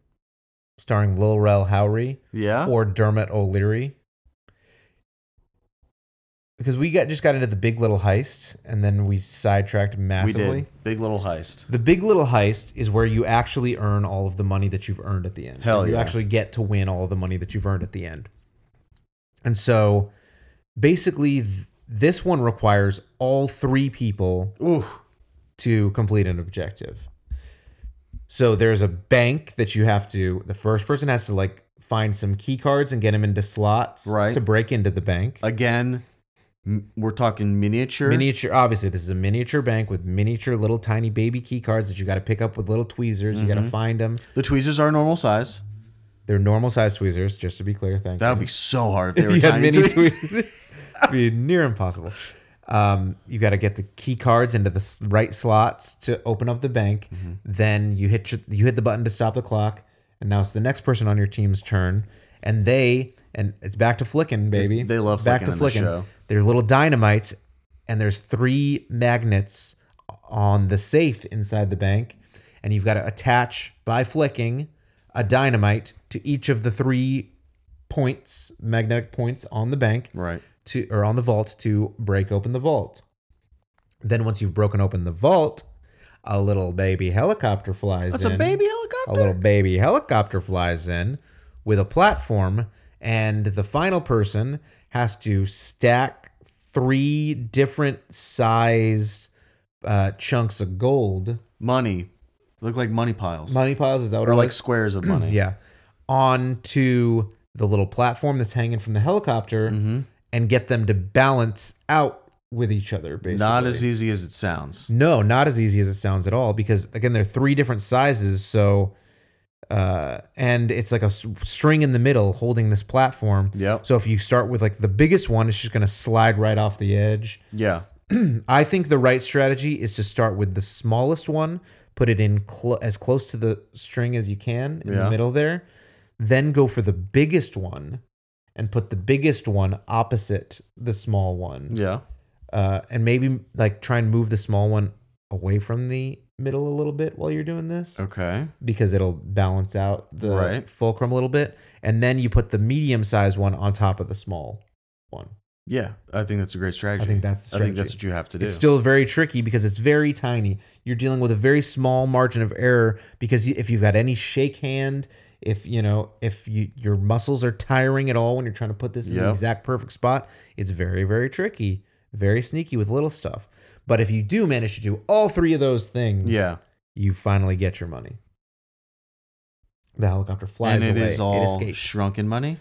starring Lil Rel Howery. Yeah. or Dermot O'Leary. Because we got just got into the Big Little Heist, and then we sidetracked we massively. did. Big Little Heist. The Big Little Heist is where you actually earn all of the money that you've earned at the end. Hell you yeah. actually get to win all of the money that you've earned at the end. And so, basically, th- this one requires all three people Ooh. to complete an objective. So there's a bank that you have to. The first person has to like find some key cards and get them into slots Right. to break into the bank. Again, m- we're talking miniature. Miniature, obviously, this is a miniature bank with miniature little tiny baby key cards that you got to pick up with little tweezers. You got to find them. the tweezers are normal size. They're normal size tweezers, just to be clear. Thank That you. would be so hard *laughs* if they If were you had tiny *laughs* mini tweezers. tweezers. it'd be near impossible. Um, you got to get the key cards into the s- right slots to open up the bank. Mm-hmm. Then you hit your, you hit the button to stop the clock, and now it's the next person on your team's turn, and they and it's back to flicking, baby. They love back flicking to on this flicking. show. There's little dynamites, and there's three magnets on the safe inside the bank, and you've got to attach by flicking a dynamite to each of the three points, magnetic points on the bank Right. to or on the vault to break open the vault. Then once you've broken open the vault, a little baby helicopter flies That's in. a baby helicopter. A little baby helicopter flies in with a platform, and the final person has to stack three different sized uh, chunks of gold. money. Look like money piles. Money piles, is that what or it like was? squares *clears throat* of money. yeah, onto the little platform that's hanging from the helicopter Mm-hmm. and get them to balance out with each other. Basically, Mm. Not as e- easy as it sounds. No, not as easy as it sounds at all. Because again, they're three different sizes. So, uh, and it's like a s- string in the middle holding this platform. Yep. So if you start with like the biggest one, it's just gonna slide right off the edge. Yeah. *clears throat* I think the right strategy is to start with the smallest one, put it in cl- as close to the string as you can in Yeah. the middle there, then go for the biggest one and put the biggest one opposite the small one. Yeah. Uh, and maybe like try and move the small one away from the middle a little bit while you're doing this Okay. because it'll balance out the Right. fulcrum a little bit. And then you put the medium sized one on top of the small one. Yeah. I think that's a great strategy. I think that's the I think strategy. that's what you have to do. It's still very tricky because it's very tiny. You're dealing with a very small margin of error because you- if you've got any shake hand, if you know, if you your muscles are tiring at all when you're trying to put this in the Yep. exact perfect spot, it's very very tricky, very sneaky with little stuff. But if you do manage to do all three of those things, yeah. you finally get your money. The helicopter flies And it away. is all escapes. shrunken money.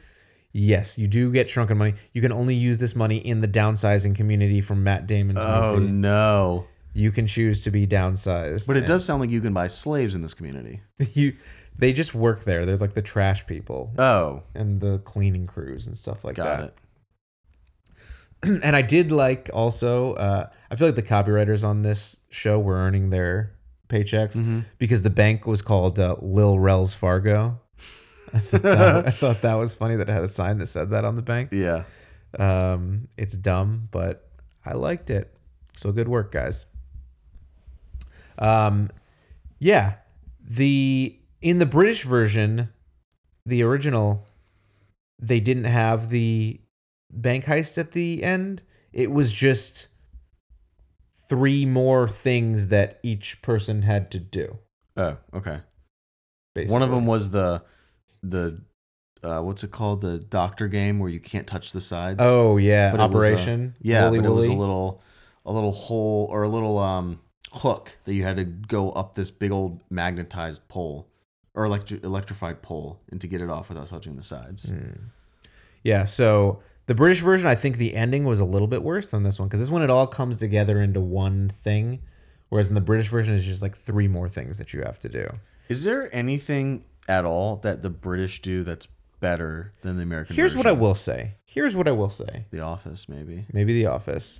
Yes, you do get shrunken money. You can only use this money in the downsizing community from Matt Damon's Oh movie. no. You can choose to be downsized. But it and does sound like you can buy slaves in this community. *laughs* You, they just work there. They're like the trash people Oh, and the cleaning crews and stuff like got it. that. *clears throat* and I did like also. Uh, I feel like the copywriters on this show were earning Mm-hmm. their paychecks because the bank was called uh, Lil Rels Fargo. *laughs* I thought that was funny that it had a sign that said that on the bank. Yeah. Um, it's dumb, but I liked it. So good work, guys. Um, yeah, the in the British version, the original, they didn't have the bank heist at the end. It was just three more things that each person had to do. Oh, okay. Basically. One of them was the the uh, what's it called? The doctor game where you can't touch the sides. Oh yeah, But it was a- Operation. yeah, Wooly but it was a Wooly. little a little hole or a little um hook that you had to go up this big old magnetized pole or electri- electrified pole and to get it off without touching the Hmm. sides. Mm. Yeah, so the British version, I think the ending was a little bit worse than this one because this one it all comes together into one thing, whereas in the British version it's just like three more things that you have to do. Is there anything at all that the British do that's better than the American? Here's what I version? will say. Here's what I will say. The Office, maybe. Maybe The Office.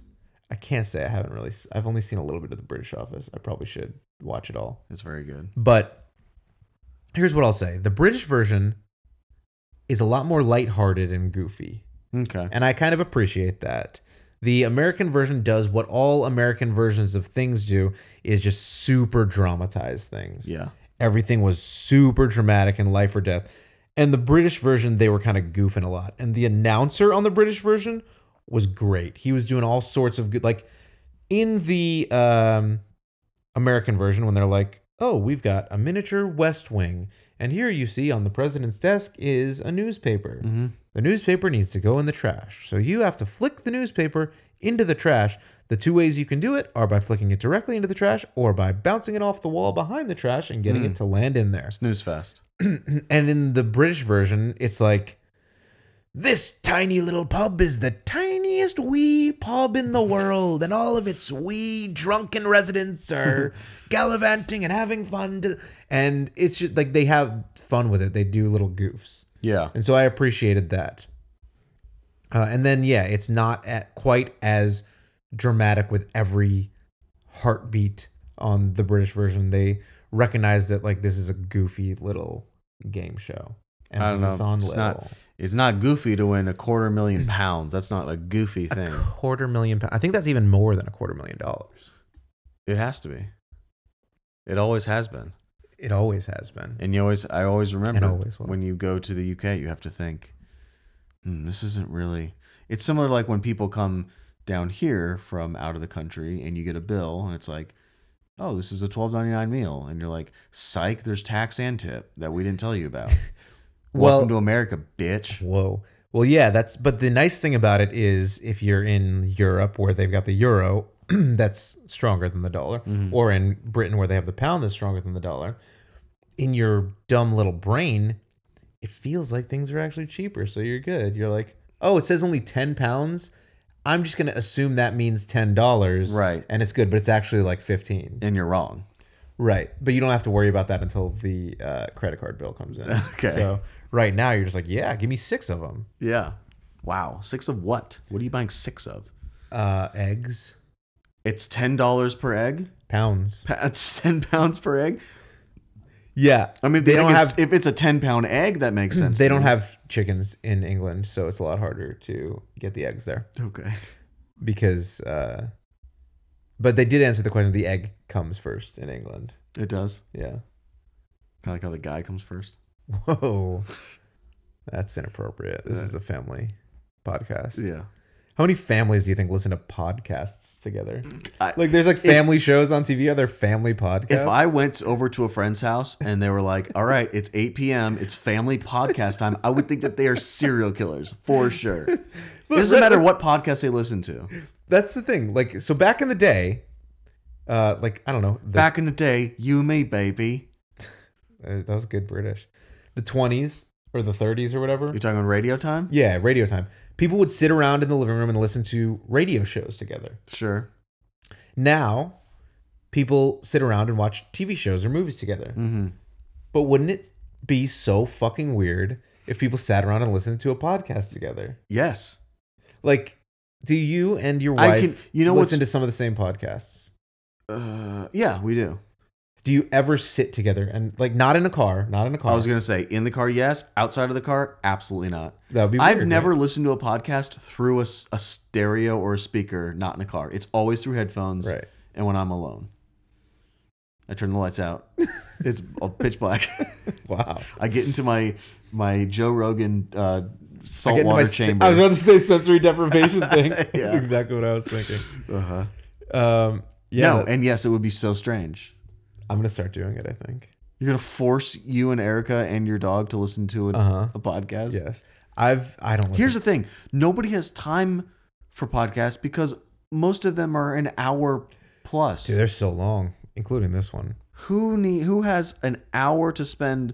I can't say I haven't really. I've only seen a little bit of the British Office. I probably should watch it all. It's very good. But here's what I'll say: the British version is a lot more lighthearted and goofy. Okay. and I kind of appreciate that. The American version does what all American versions of things do is just super dramatize things. Yeah. Everything was super dramatic and life or death. And the British version, they were kind of goofing a lot. And the announcer on the British version was great. He was doing all sorts of good like in the um American version when they're like, "Oh, we've got a miniature West Wing, and here you see on the president's desk is a newspaper. The newspaper needs to go in the trash, so you have to flick the newspaper into the trash. The two ways you can do it are by flicking it directly into the trash, or by bouncing it off the wall behind the trash and getting it to land in there." Snooze fest. and in the British version, it's like, this tiny little pub is the tiniest wee pub in the world, and all of its wee drunken residents are gallivanting and having fun. to-" And it's just like they have fun with it. They do little goofs. Yeah. And so I appreciated that. Uh, and then, yeah, it's not at quite as dramatic with every heartbeat on the British version. They recognize that, like, this is a goofy little game show. And I don't this is know. on It's level. not. It's not goofy to win a quarter million pounds. That's not a goofy thing. quarter million pounds. I think that's even more than a quarter million dollars. It has to be. It always has been. It always has been. And you always, I always remember always will. when you go to the UK, you have to think, hmm, this isn't really. It's similar like when people come down here from out of the country and you get a bill and it's like, oh, this is a twelve ninety nine meal, and you're like, psych, there's tax and tip that we didn't tell you about. *laughs* Welcome Well- to America, bitch. Whoa. Well, yeah, that's but the nice thing about it is if you're in Europe where they've got the euro, *clears throat* that's stronger than the dollar, Mm-hmm. or in Britain where they have the pound that's stronger than the dollar, in your dumb little brain, it feels like things are actually cheaper, so you're good. You're like, "Oh, it says only 10 pounds. I'm just going to assume that means $10." Right. And it's good, but it's actually like 15. And you're wrong. Right. But you don't have to worry about that until the uh, credit card bill comes in. *laughs* Okay. So right now you're just like, "Yeah, give me 6 of them." Yeah. Wow. Six of what? What are you buying six of? uh, eggs, It's ten dollars per egg. *laughs* pounds. Pa- It's ten pounds per egg. Yeah, I mean, if they the don't egg is- have if it's a ten pound egg, that *clears throat* makes sense. they to don't me. have chickens in England, so it's a lot harder to get the eggs there Okay. *laughs* because. Uh, but they did answer the question: the egg comes first in England. It does. *laughs* Yeah. I like how the guy comes first. Whoa, that's inappropriate. This is a family podcast. Yeah. How many families do you think listen to podcasts *laughs* together? I- like, there's like family shows on TV. Are there family podcasts? If I went over to a friend's house and they were like, "All right, it's 8 p.m. It's family podcast time," I would think that they are serial killers for sure. *laughs* It doesn't matter what podcast they listen to. that's the thing. Like, so back in the day, uh, like I don't know, the Back in the day, you and me, baby. Uh, that was good British. The 20s or the 30s or whatever. You're talking radio time? Yeah, radio time. People would sit around in the living room and listen to radio shows together. Sure. Now, people sit around and watch TV shows or movies together. Mm-hmm. But wouldn't it be so fucking weird if people sat around and listened to a podcast together? Yes. Like, do you and your I wife can- you know what's- listen to some of the same podcasts? Uh, yeah, we do. Do you ever sit together and like not in a car, not in a car? I was gonna say in the car, yes. Outside of the car, absolutely not. that would be. I've weird, never right? listened to a podcast through a, s- a stereo or a speaker, not in a car. It's always through headphones. Right. And when I'm alone, I turn the *laughs* lights out. it's all pitch black. *laughs* Wow. I get into my my Joe Rogan uh, I get into my saltwater se- chamber. I was about to say sensory *laughs* deprivation thing. That's Yeah. exactly what I was thinking. uh-huh. Um, yeah, no, that- and yes, it would be so strange. I'm gonna start doing it. I think. You're gonna force you and Erica and your dog to listen to a, Uh-huh. a podcast. Yes, I've. I don't. Listen. Here's the thing: nobody has time for podcasts because most of them are an hour plus. Dude, they're so long, including this one. Who need who has an hour to spend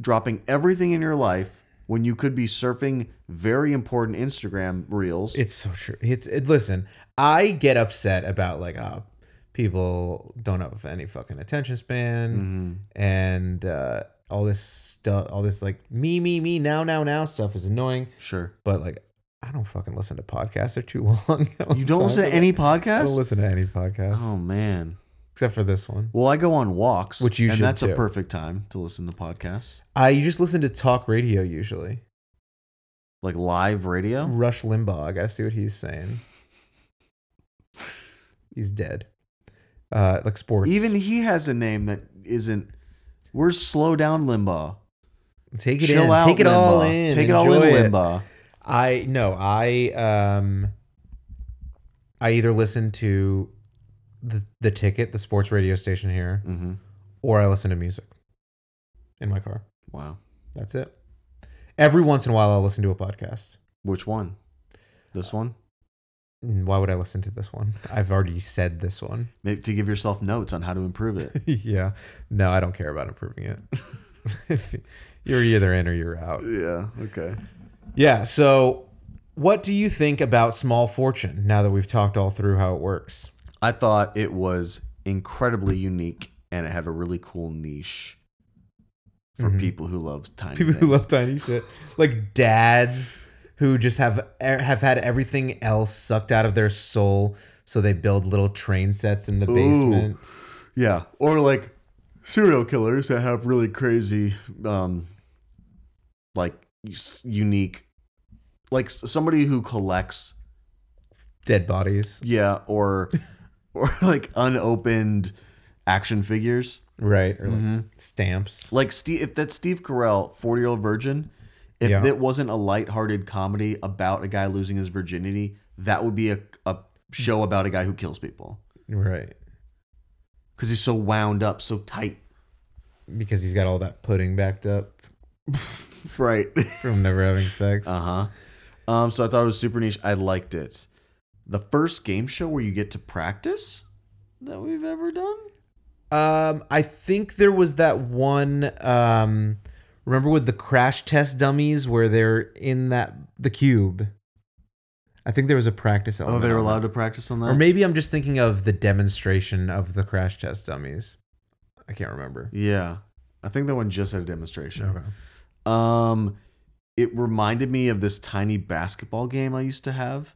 dropping everything in your life when you could be surfing very important Instagram reels? It's so true. It's it, listen. I get upset about like oh, people don't have any fucking attention span Mm. Mm-hmm. and uh, all this stuff. All this like me me me now now now stuff is annoying. *laughs* sure. But like, I don't fucking listen to podcasts. They're too *laughs* long. I have You don't time listen for to that. any I don't podcasts? listen to any podcast Oh man. except for this one. Well, I go on walks, Which you and should that's do. a perfect time to listen to podcasts, I you just listen to talk radio usually. like live radio. Rush Limbaugh. I gotta see what he's saying. He's dead. Uh, like sports. Even he has a name that isn't. We're slow down, Limbaugh. take it Chill in. out, take it Limbaugh. all in. Take it all in, Enjoy it. Limbaugh. I no. I um. I either listen to the the ticket, the sports radio station here, hmm or I listen to music in my car. Wow. That's it. Every once in a while, I'll listen to a podcast. Which one? This one? Mm, Why would I listen to this one? I've already said this one. Maybe to give yourself notes on how to *laughs* improve it. yeah. No, I don't care about improving it. *laughs* you're either in or you're out. yeah. Okay. Yeah. So, what do you think about small fortune now that we've talked all through how it works? I thought it was incredibly unique and it had a really cool niche for Mhm. people who love tiny People things. who love tiny shit, like dads who just have er, have had everything else sucked out of their soul, so they build little train sets in the Ooh. basement. yeah. Or like serial killers that have really crazy, um, like s- unique, like s- somebody who collects, Dead bodies, yeah, or *laughs* or like unopened action figures. right? Or like Mhm. stamps. Like Steve, if that's Steve Carell, Forty Year Old Virgin, if Yeah. it wasn't a lighthearted comedy about a guy losing his virginity, that would be a, a show about a guy who kills people Right. because he's so wound up, so tight. Because he's got all that pudding backed up Right. from never having sex. uh huh. Um. So I thought it was super niche. I liked it. The first game show where you get to practice that we've ever done. Um, I think there was that one. Um, remember with the crash test dummies where they're in that the cube. I think there was a practice Oh, element. they were on allowed that. to practice on that. Or maybe I'm just thinking of the demonstration of the crash test dummies. I can't remember. yeah, I think that one just had a demonstration. Okay. Um, it reminded me of this tiny basketball game I used to have,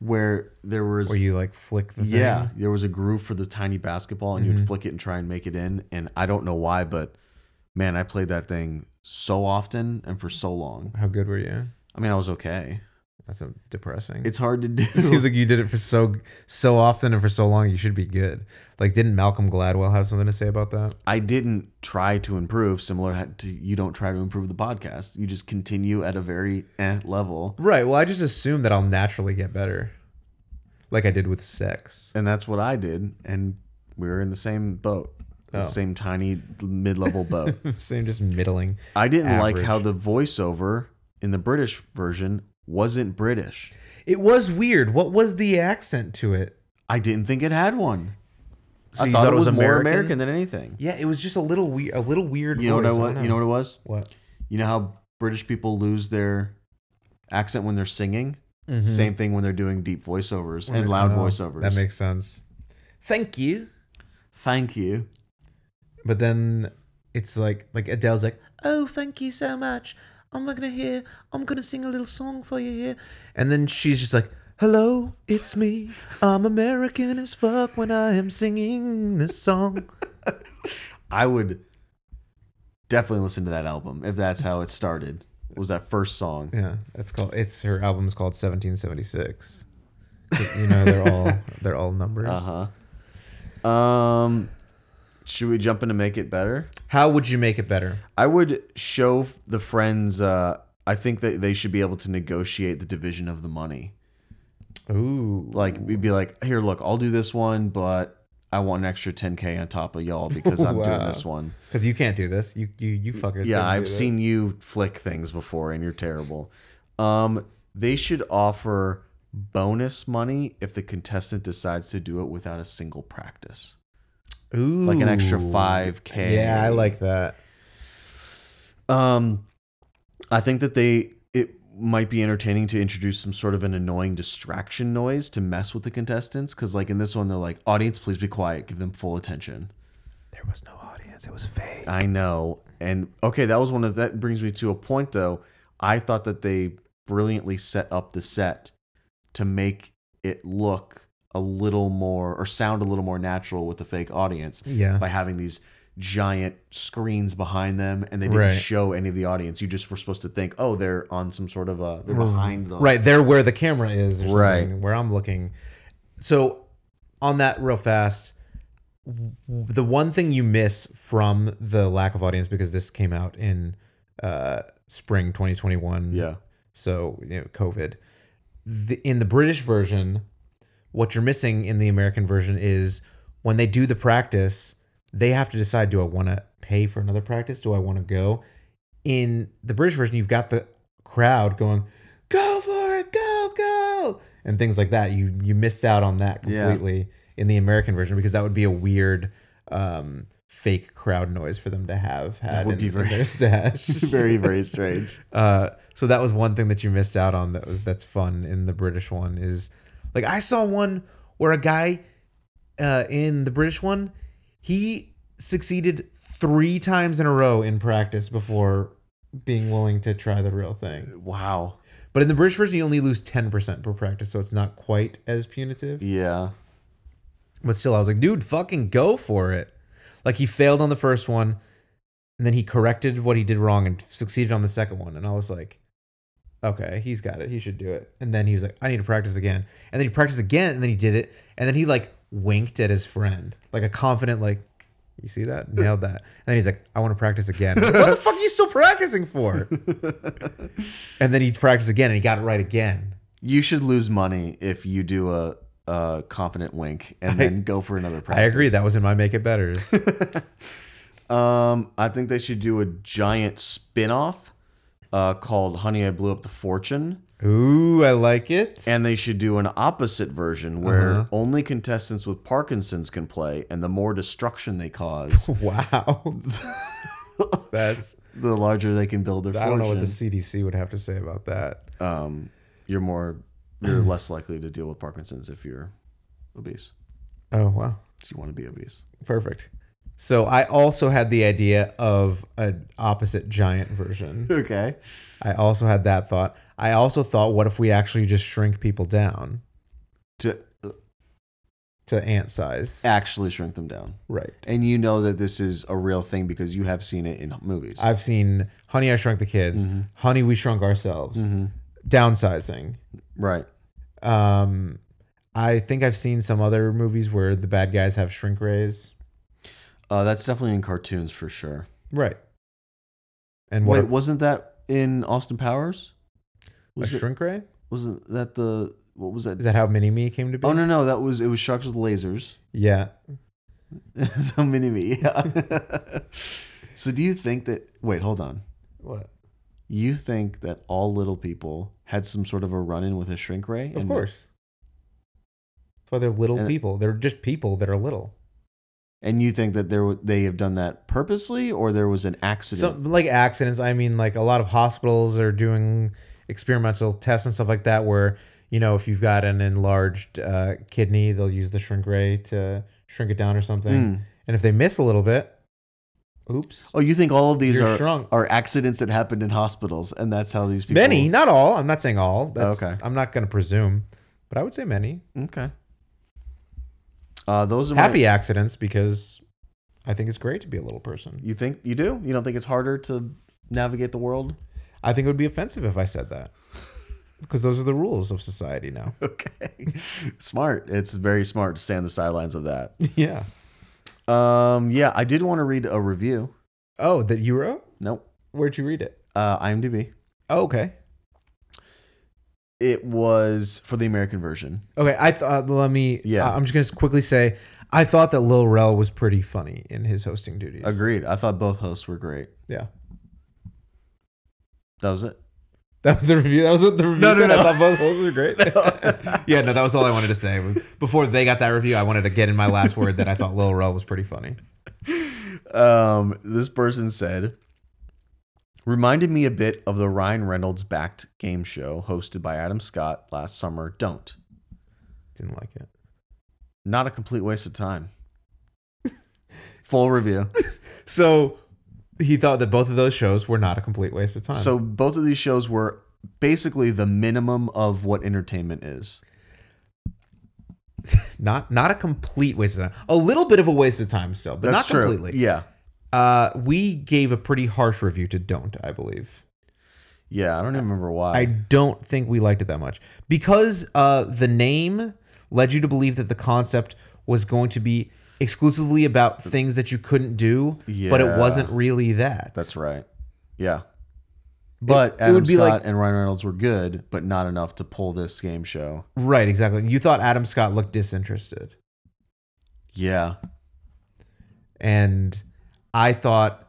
where there was Where you like flick the thing. yeah, there was a groove for the tiny basketball, and Mhm. you'd flick it and try and make it in. And I don't know why, but man, I played that thing so often and for so long. How good were you? I mean, I was okay. That's a depressing. It's hard to *laughs* *laughs* do. it seems like you did it for so so often and for so long. You should be good. Like, didn't Malcolm Gladwell have something to say about that? I didn't try to improve, similar to you don't try to improve the podcast. You just continue at a very eh level. Right. Well, I just assume that I'll naturally get better, like I did with sex. *laughs* And that's what I did. And we were in the same boat, the Oh. same tiny mid level boat. Same, just middling. I didn't like Average. how the voiceover in the British version wasn't British. It was weird. What was the accent to it? I didn't think it had one. So I you thought, it was, more American than anything. Yeah, it was just a little weird. A little weird. You know what I voice. was? don't You know what it was? What? You know how British people lose their accent when they're singing. Mhm. Same thing when they're doing deep voiceovers and Oh, loud voiceovers. That makes sense. Thank you. Thank you. But then it's like like Adele's like, "Oh, thank you so much. I'm not gonna hear. I'm gonna sing a little song for you here." And then she's just like, "Hello, it's me. I'm American as fuck when I am singing this song." I would definitely listen to that album if that's how it started. Was that first song? *laughs* Yeah, that's called. It's her album's called 1776. 'Cause, You know, they're *laughs* all they're all numbers. Uh huh. Um, should we jump into make it better? How would you make it better? I would show f- the friends. Uh, I think that they should be able to negotiate the division of the money. Ooh, Like, we'd be like, here, look, I'll do this one, but I want an extra 10k on top of y'all because I'm doing Wow. *laughs* this one. because you can't do this. You you you fuckers. Yeah, couldn't do I've this. seen you flick things before, and you're terrible. Um, they should offer bonus money if the contestant decides to do it without a single practice, Ooh, like an extra five k. Yeah, I like that. Um, I think that they it might be entertaining to introduce some sort of an annoying distraction noise to mess with the contestants because, like in this one, they're like, "Audience, please be quiet. Give them full attention." There was no audience. It was fake. I know. And okay, that was one of that brings me to a point though. I thought that they brilliantly set up the set to make it look a little more or sound a little more natural with the fake audience Yeah. by having these giant screens behind them and they didn't Right. show any of the audience. You just were supposed to think, "Oh, they're on some sort of a they're behind the Mm. Right, there where the camera is, or Right. something, where I'm looking. So, on that real fast, w- the one thing you miss from the lack of audience because this came out in uh, spring 2021. Yeah. *laughs* So you know, COVID. The, in the British version, what you're missing in the American version is when they do the practice, they have to decide: Do I want to pay for another practice? Do I want to go? in the British version, you've got the crowd going, "Go for it, go, go," and things like that. You you missed out on that Yeah. completely in the American version because that would be a weird um, fake crowd noise for them to have had would in, be in very- their stash. *laughs* very very strange. Uh, so that was one thing that you missed out on that was that's fun in the British one is like I saw one where a guy uh, in the British one he succeeded three times in a row in practice before being willing to try the real thing. Wow. But in the British version, you only lose ten percent per practice, so it's not quite as punitive. Yeah. But still, I was like, dude, fucking go for it. Like he failed on the first one, and then he corrected what he did wrong and succeeded on the second one. And I was like, okay, he's got it. He should do it. And then he was like, I need to practice again. And then he practiced again, and then he did it. And then he like winked at his friend, like a confident, like, you see that? Nailed that. And then he's like, I want to practice again. I'm like, what the fuck are you still practicing for? and then he practiced again, and he got it right again. You should lose money if you do a a confident wink and then go for another practice. I agree. That was in my make it betters. Um, I think they should do a giant spin-off uh, called Honey I Blew Up the Fortune. Ooh, I like it. And they should do an opposite version where Uh-huh. only contestants with Parkinson's can play, and the more destruction they *laughs* cause, Wow. *laughs* That's the larger they can build their I fortune. don't know what the CDC would have to say about that. um, you're more you're *clears throat* less likely to deal with Parkinson's if you're obese. Oh wow. If you want to be obese. *laughs* Perfect. So I also had the idea of an opposite giant *laughs* version. Okay. I also had that thought. I also thought what if we actually just shrink people down To to ant size? actually shrink them down. Right. And you know that this is a real thing because you have seen it in movies. I've seen Honey I Shrunk the Kids, Honey We Shrunk Ourselves, downsizing. Mm-hmm. right. Um I think I've seen some other movies where the bad guys have shrink rays. Uh, that's definitely in cartoons for sure. Right. And what Wait, wasn't that in Austin Powers? a Was it, shrink ray? wasn't that the what was that? Is that how Mini Me came to be? Oh no, no, that was it was sharks with lasers. Yeah. *laughs* so mini me. Yeah. *laughs* so do you think that? Wait, hold on. What? You think that all little people had some sort of a run-in with a shrink ray? Of And- course. That's why they're little And- people. They're just people that are little. And you think that there wa- they have done that purposely, or there was an accident? Some like accidents. I mean, like a lot of hospitals are doing experimental tests and stuff like that, where you know if you've got an enlarged uh, kidney, they'll use the shrink ray to shrink it down or something. Mm. And if they miss a little bit, oops. Oh, you think all of these You're are shrunk. are accidents that happened in hospitals, and that's how these people Many, not all. I'm not saying all. That's, Okay. I'm not going to presume, but I would say many. Okay. Uh, those are my- happy accidents because I think it's great to be a little person. You think you do? You don't think it's harder to navigate the world? *laughs* I think it would be offensive if I said that because those are the rules of society now. Okay. smart. It's very smart to stay on the sidelines of that. yeah. Um, yeah, I did want to read a review. Oh, that you wrote? Nope. Where'd you read it? Uh, IMDb. Oh, okay. It was for the American version. Okay, I thought. uh, Let me. Yeah. Yeah, I'm just gonna quickly say, I thought that Lil Rel was pretty funny in his hosting duties. Agreed. I thought both hosts were great. Yeah, That was it. that was the review. That was what the review. No, no, said. no. I thought both those were great. *laughs* yeah, no, that was all I wanted to say. Before they got that review, I wanted to get in my last word that I thought Lil Rel was pretty funny. Um, this person said, reminded me a bit of the Ryan Reynolds backed game show hosted by Adam Scott last summer. Don't. Didn't like it. Not a complete waste *laughs* of time. Full review. So he thought that both of those shows were not a complete waste of time. So both of these shows were basically the minimum of what entertainment is. not not a complete waste of time. A little bit of a waste of time still, but That's not true. completely. Yeah. Uh, we gave a pretty harsh review to Don't, I believe. Yeah, I don't even remember why. I don't think we liked it that much because uh, the name led you to believe that the concept was going to be exclusively about things that you couldn't do, but Yeah. it wasn't really that. That's right. Yeah. But it Adam would be Scott like- and Ryan Reynolds were good, but not enough to pull this game show. right, exactly. You thought Adam Scott looked disinterested, *laughs* Yeah. and I thought,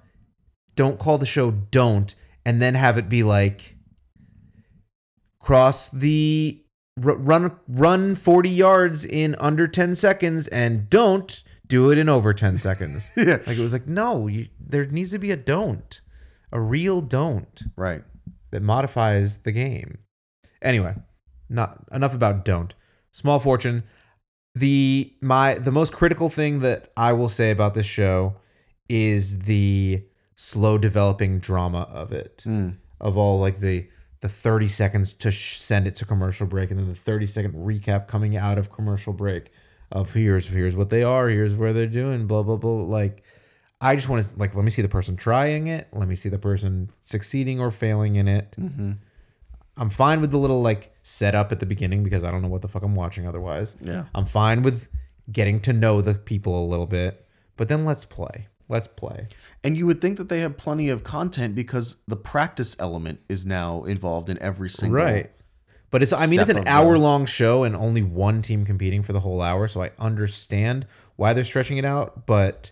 don't call the show "Don't," and then have it be like cross the r- run run 40 yards in under 10 seconds and don't do it in over 10 seconds Yeah. Like it was like, no, you, there needs to be a don't, a real don't Right. that modifies the game. Anyway, not enough about don't. Small fortune. The my the most critical thing that I will say about this show is the slow developing drama of it. Mm. Of all like the the 30 seconds to sh- send it to commercial break and then the 30 second recap coming out of commercial break of here's here's what they are, here's where they're doing, blah blah blah like I just want to like let me see the person trying it, let me see the person succeeding or failing in it. Mhm. I'm fine with the little like setup at the beginning because I don't know what the fuck I'm watching otherwise. Yeah. I'm fine with getting to know the people a little bit, but then let's play. Let's play. And you would think that they have plenty of content because the practice element is now involved in every single But it's I mean it's Step of an the- hour long show and only one team competing for the whole hour, so I understand why they're stretching it out, but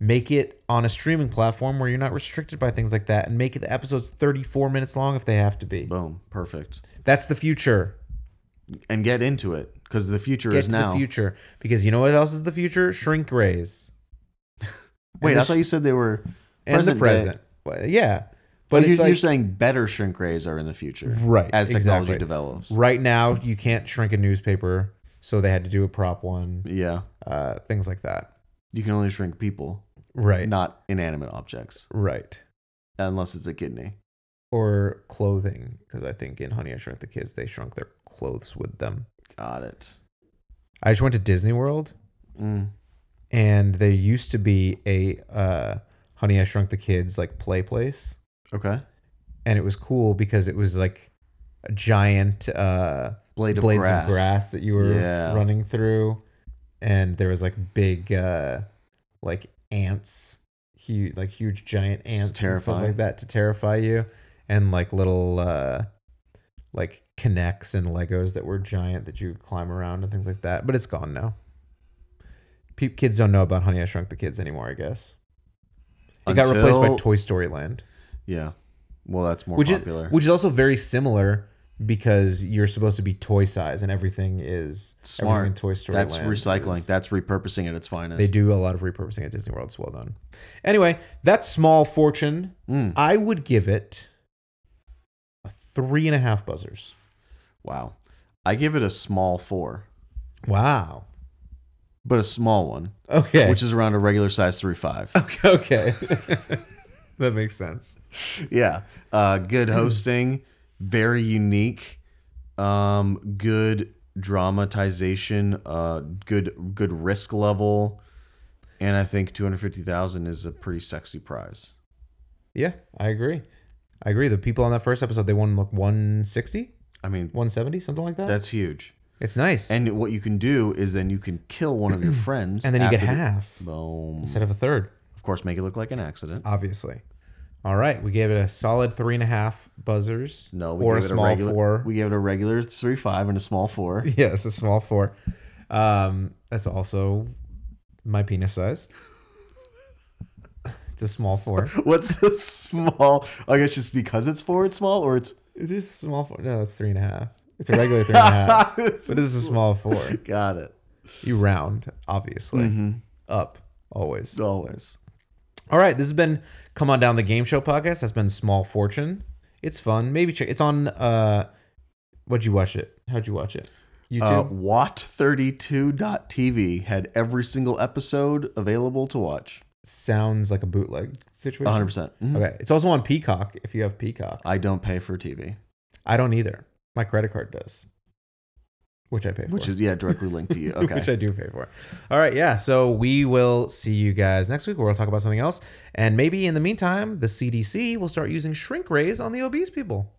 make it on a streaming platform where you're not restricted by things like that and make it the episodes 34 minutes long if they have to be. Boom. Perfect. That's the future. And get into it because the future Get is to now. the future because you know what else is the future? Shrink rays. Wait, And I the thought you said they were and the day. present. Well, yeah, but But you- it's you're, like saying better shrink rays are in the future, Right, As technology exactly. develops, right now you can't shrink a newspaper, so they had to do a prop one, yeah, uh, things like that. you can only shrink people, Right, not inanimate objects, right, unless it's a kidney. or clothing because I think in Honey I Shrunk the Kids they shrunk their clothes with them. Got it. I just went to Disney World Mm. and there used to be a uh, Honey I Shrunk the Kids like play place. Okay. and it was cool because it was like a giant uh Blade of blades grass. of grass that you were Yeah. running through and there was like big uh like ants huge like huge giant ants and stuff terrifying. like that to terrify you and like little uh like connects and legos that were giant that you would climb around and things like that but it's gone now Pe- kids don't know about honey i shrunk the kids anymore i guess it got replaced by Until- toy story land Yeah. Well, that's more which popular. is which is also very similar because you're supposed to be toy size and everything is everything Smart. in Toy Story that's Land recycling. is- That's repurposing at its finest. They do a lot of repurposing at Disney World. It's well done. Anyway, that small fortune, Mm. I would give it a three and a half buzzers. Wow. I give it a small four, Wow. but a small one, Okay. which is around a regular size three five. *laughs* okay. *laughs* okay. that makes sense. yeah. Uh, good hosting, very unique, um, good dramatization, uh, good good risk level. And I think 250,000 is a pretty sexy prize. Yeah, I agree. I agree. The people on that first episode, they won like 160, I mean, 170, something like that. that's huge. it's nice. And what you can do is then you can kill one *clears throat* of your friends. And then you get after the- half Boom. instead of a third, Of course, make it look like an accident. Uh, obviously. All right, we gave it a solid three and a half buzzers. No, we or gave a it small a regular, four. We gave it a regular three five and a small *laughs* four. *laughs* yes, a small four. Um, that's also my penis size. It's a *laughs* small four. What's the small? I guess just because it's four, it's small, or it's *laughs* It's just a small four. No, it's three and a half. It's a regular three and a half. But this is *laughs* a small four. got it You round, obviously. Mm-hmm. Up, always. always. All right, this has been Come On Down the Game Show podcast. That's been Small Fortune. It's fun. Maybe check. It's on. uh What'd you watch it? How'd you watch it? Uh, YouTube. Watt32.tv had every single episode available to watch. Sounds like a bootleg situation. 100. percent Mm-hmm. Okay, it's also on Peacock. If you have Peacock, I don't pay for TV, I don't either. My credit card does, which I pay for. which *laughs* is yeah directly linked to you. Okay, which I do pay for. All right, yeah. So we will see you guys next week where we'll talk about something else. And maybe in the meantime, the CDC will start using shrink rays on the obese people.